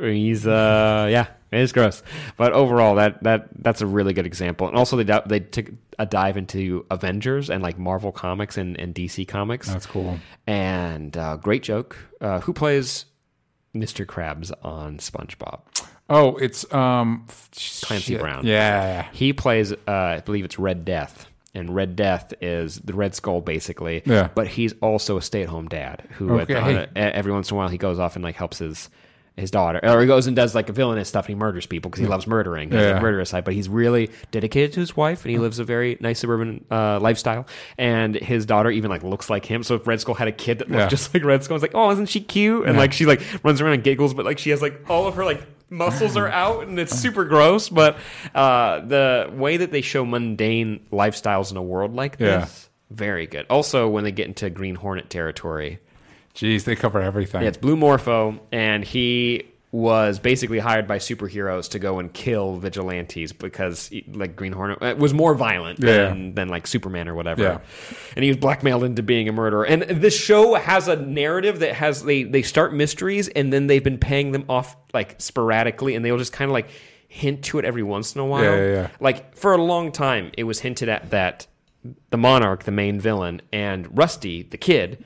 A: He's uh yeah, it is gross. But overall that that that's a really good example. And also they di- they took a dive into Avengers and like Marvel comics and, and DC comics.
B: That's cool.
A: And uh, great joke. Uh, who plays Mr. Krabs on SpongeBob?
B: Oh, it's um
A: Clancy
B: shit.
A: Brown.
B: Yeah.
A: He plays uh, I believe it's Red Death. And Red Death is the Red Skull, basically.
B: Yeah.
A: But he's also a stay-at-home dad who, at-
B: Okay.
A: on a- e- every once in a while, he goes off and like helps his his daughter, or he goes and does like villainous stuff and he murders people because he loves murdering. He's
B: Yeah.
A: a murderous side, but he's really dedicated to his wife and he
B: Mm-hmm.
A: lives a very nice suburban uh, lifestyle. And his daughter even like looks like him. So if Red Skull had a kid that looked
B: Yeah.
A: just like Red Skull, it's like, oh, isn't she cute? And like she like runs around and giggles, but like she has like all of her like muscles are out and it's super gross but uh the way that they show mundane lifestyles in a world like
B: Yeah.
A: this very good also when they get into green hornet territory
B: Jeez, they cover everything.
A: yeah, it's blue morpho and he was basically hired by superheroes to go and kill vigilantes because e, like Green Hornet uh, was more violent than, than like Superman or whatever.
B: Yeah.
A: And he was blackmailed into being a murderer. And this show has a narrative that has they they start mysteries and then they've been paying them off like sporadically and they'll just kind of like hint to it every once in a while.
B: Yeah, yeah, yeah.
A: Like for a long time it was hinted at that the monarch, the main villain, and Rusty, the kid,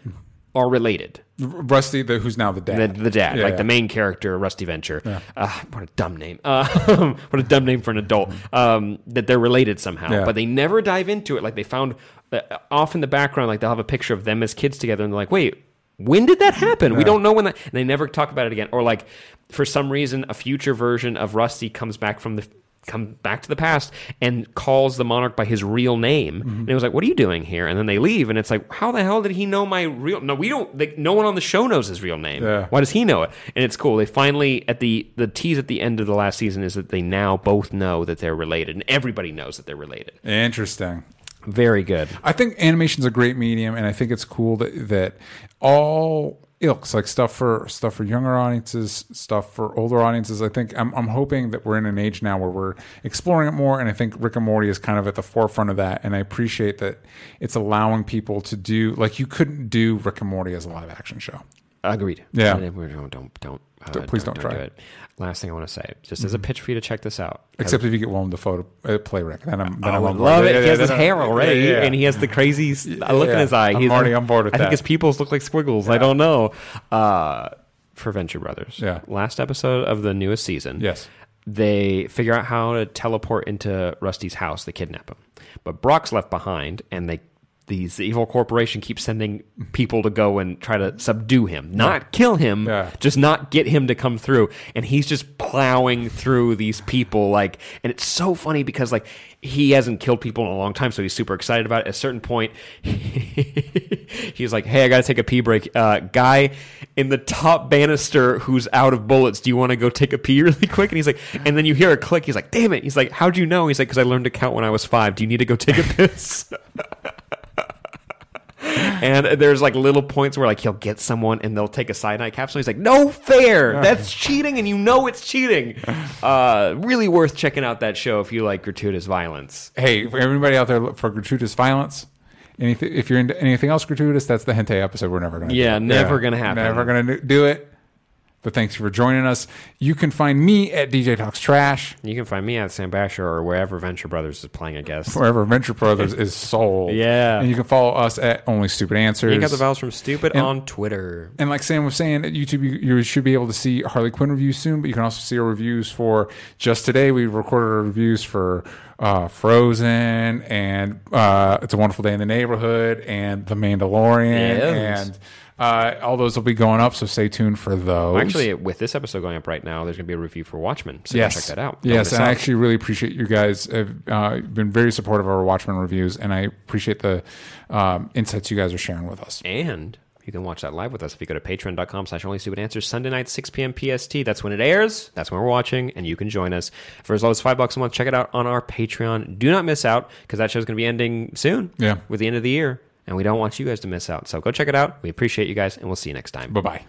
A: are related
B: Rusty, the, who's now the dad.
A: the, the dad,
B: Yeah,
A: like
B: yeah.
A: the main character, Rusty Venture. Uh, what a dumb name! Uh, what a dumb name for an adult. Um, that they're related somehow,
B: Yeah.
A: but they never dive into it. Like they found uh, off in the background, like they'll have a picture of them as kids together, and they're like, "Wait, when did that happen? We don't know when that." And they never talk about it again, or like for some reason, a future version of Rusty comes back from the. Come back to the past and calls the monarch by his real name,
B: Mm-hmm.
A: and it was like, "What are you doing here?" And then they leave, and it's like, "How the hell did he know my real?" No, we don't. Like, no one on the show knows his real name.
B: Yeah.
A: Why does he know it? And it's cool. They finally at the the tease at the end of the last season is that they now both know that they're related, and everybody knows that they're related.
B: Interesting.
A: Very good.
B: I think animation's a great medium, and I think it's cool that that all ilks, like stuff for stuff for younger audiences, stuff for older audiences. I think I'm I'm hoping that we're in an age now where we're exploring it more, and I think Rick and Morty is kind of at the forefront of that. And I appreciate that it's allowing people to do like you couldn't do Rick and Morty as a live action show.
A: Agreed.
B: Yeah.
A: And we don't don't don't. Uh,
B: please don't try
A: do
B: it.
A: Last thing I want to say, just as a pitch for you to check this out.
B: Except if you get Willem Dafoe to uh, play Rick, then I'm then
A: I
B: I'm
A: would
B: on board.
A: love it.
B: Yeah,
A: he
B: yeah,
A: has his
B: then
A: hair
B: I'm-
A: already,
B: yeah, yeah.
A: and he has the crazy s- look in
B: yeah.
A: his eye.
B: I'm
A: He's
B: already on board with
A: I
B: that.
A: think his pupils look like squiggles. I don't know. Uh, for Venture Brothers,
B: Yeah.
A: Last episode of the newest season.
B: Yes.
A: They figure out how to teleport into Rusty's house. They kidnap him, but Brock's left behind, and they. These the evil corporation keeps sending people to go and try to subdue him, not kill him,
B: Yeah.
A: just not get him to come through and he's just plowing through these people like and it's so funny because like he hasn't killed people in a long time so he's super excited about it at a certain point he's like hey i gotta take a pee break uh, guy in the top banister who's out of bullets do you want to go take a pee really quick and he's like and then you hear a click he's like damn it he's like how'd you know he's like because i learned to count when i was five do you need to go take a piss and there's like little points where like he'll get someone and they'll take a cyanide capsule. He's like, "No fair! That's cheating, and you know it's cheating." Uh, really worth checking out that show if you like gratuitous violence.
B: hey, for everybody out there look for gratuitous violence, anything, if you're into anything else gratuitous, that's the hentai episode. We're never going to
A: Yeah,
B: do.
A: never gonna happen.
B: Never going to do it. But thanks for joining us. You can find me at DJ Talks Trash,
A: You can find me at Sam Basher or wherever Venture Brothers is playing. I guess.
B: wherever Venture Brothers is sold.
A: Yeah.
B: And you can follow us at Only Stupid Answers.
A: Take out the vowels from stupid on Twitter.
B: And like Sam was saying, at YouTube, you, you should be able to see Harley Quinn reviews soon, but you can also see our reviews for just today. We recorded our reviews for uh, Frozen and uh, It's a Wonderful Day in the Neighborhood and The Mandalorian.
A: Yes.
B: And uh, all those will be going up, so stay tuned for those.
A: Actually, with this episode going up right now, there's going to be a review for Watchmen. So
B: Yes.
A: go check that out. Don't
B: Yes,
A: miss
B: and I
A: out.
B: actually really appreciate you guys have uh, been very supportive of our Watchmen reviews, and I appreciate the um, insights you guys are sharing with us.
A: And you can watch that live with us if you go to patreon.com slash only stupid answers Sunday night, 6 p.m. PST. That's when it airs. That's when we're watching, and you can join us for as low as five bucks a month. Check it out on our Patreon. Do not miss out because that show's going to be ending soon.
B: Yeah.
A: With the end of the year. And we don't want you guys to miss out. So go check it out. We appreciate you guys, and we'll see you next time.
B: Bye bye.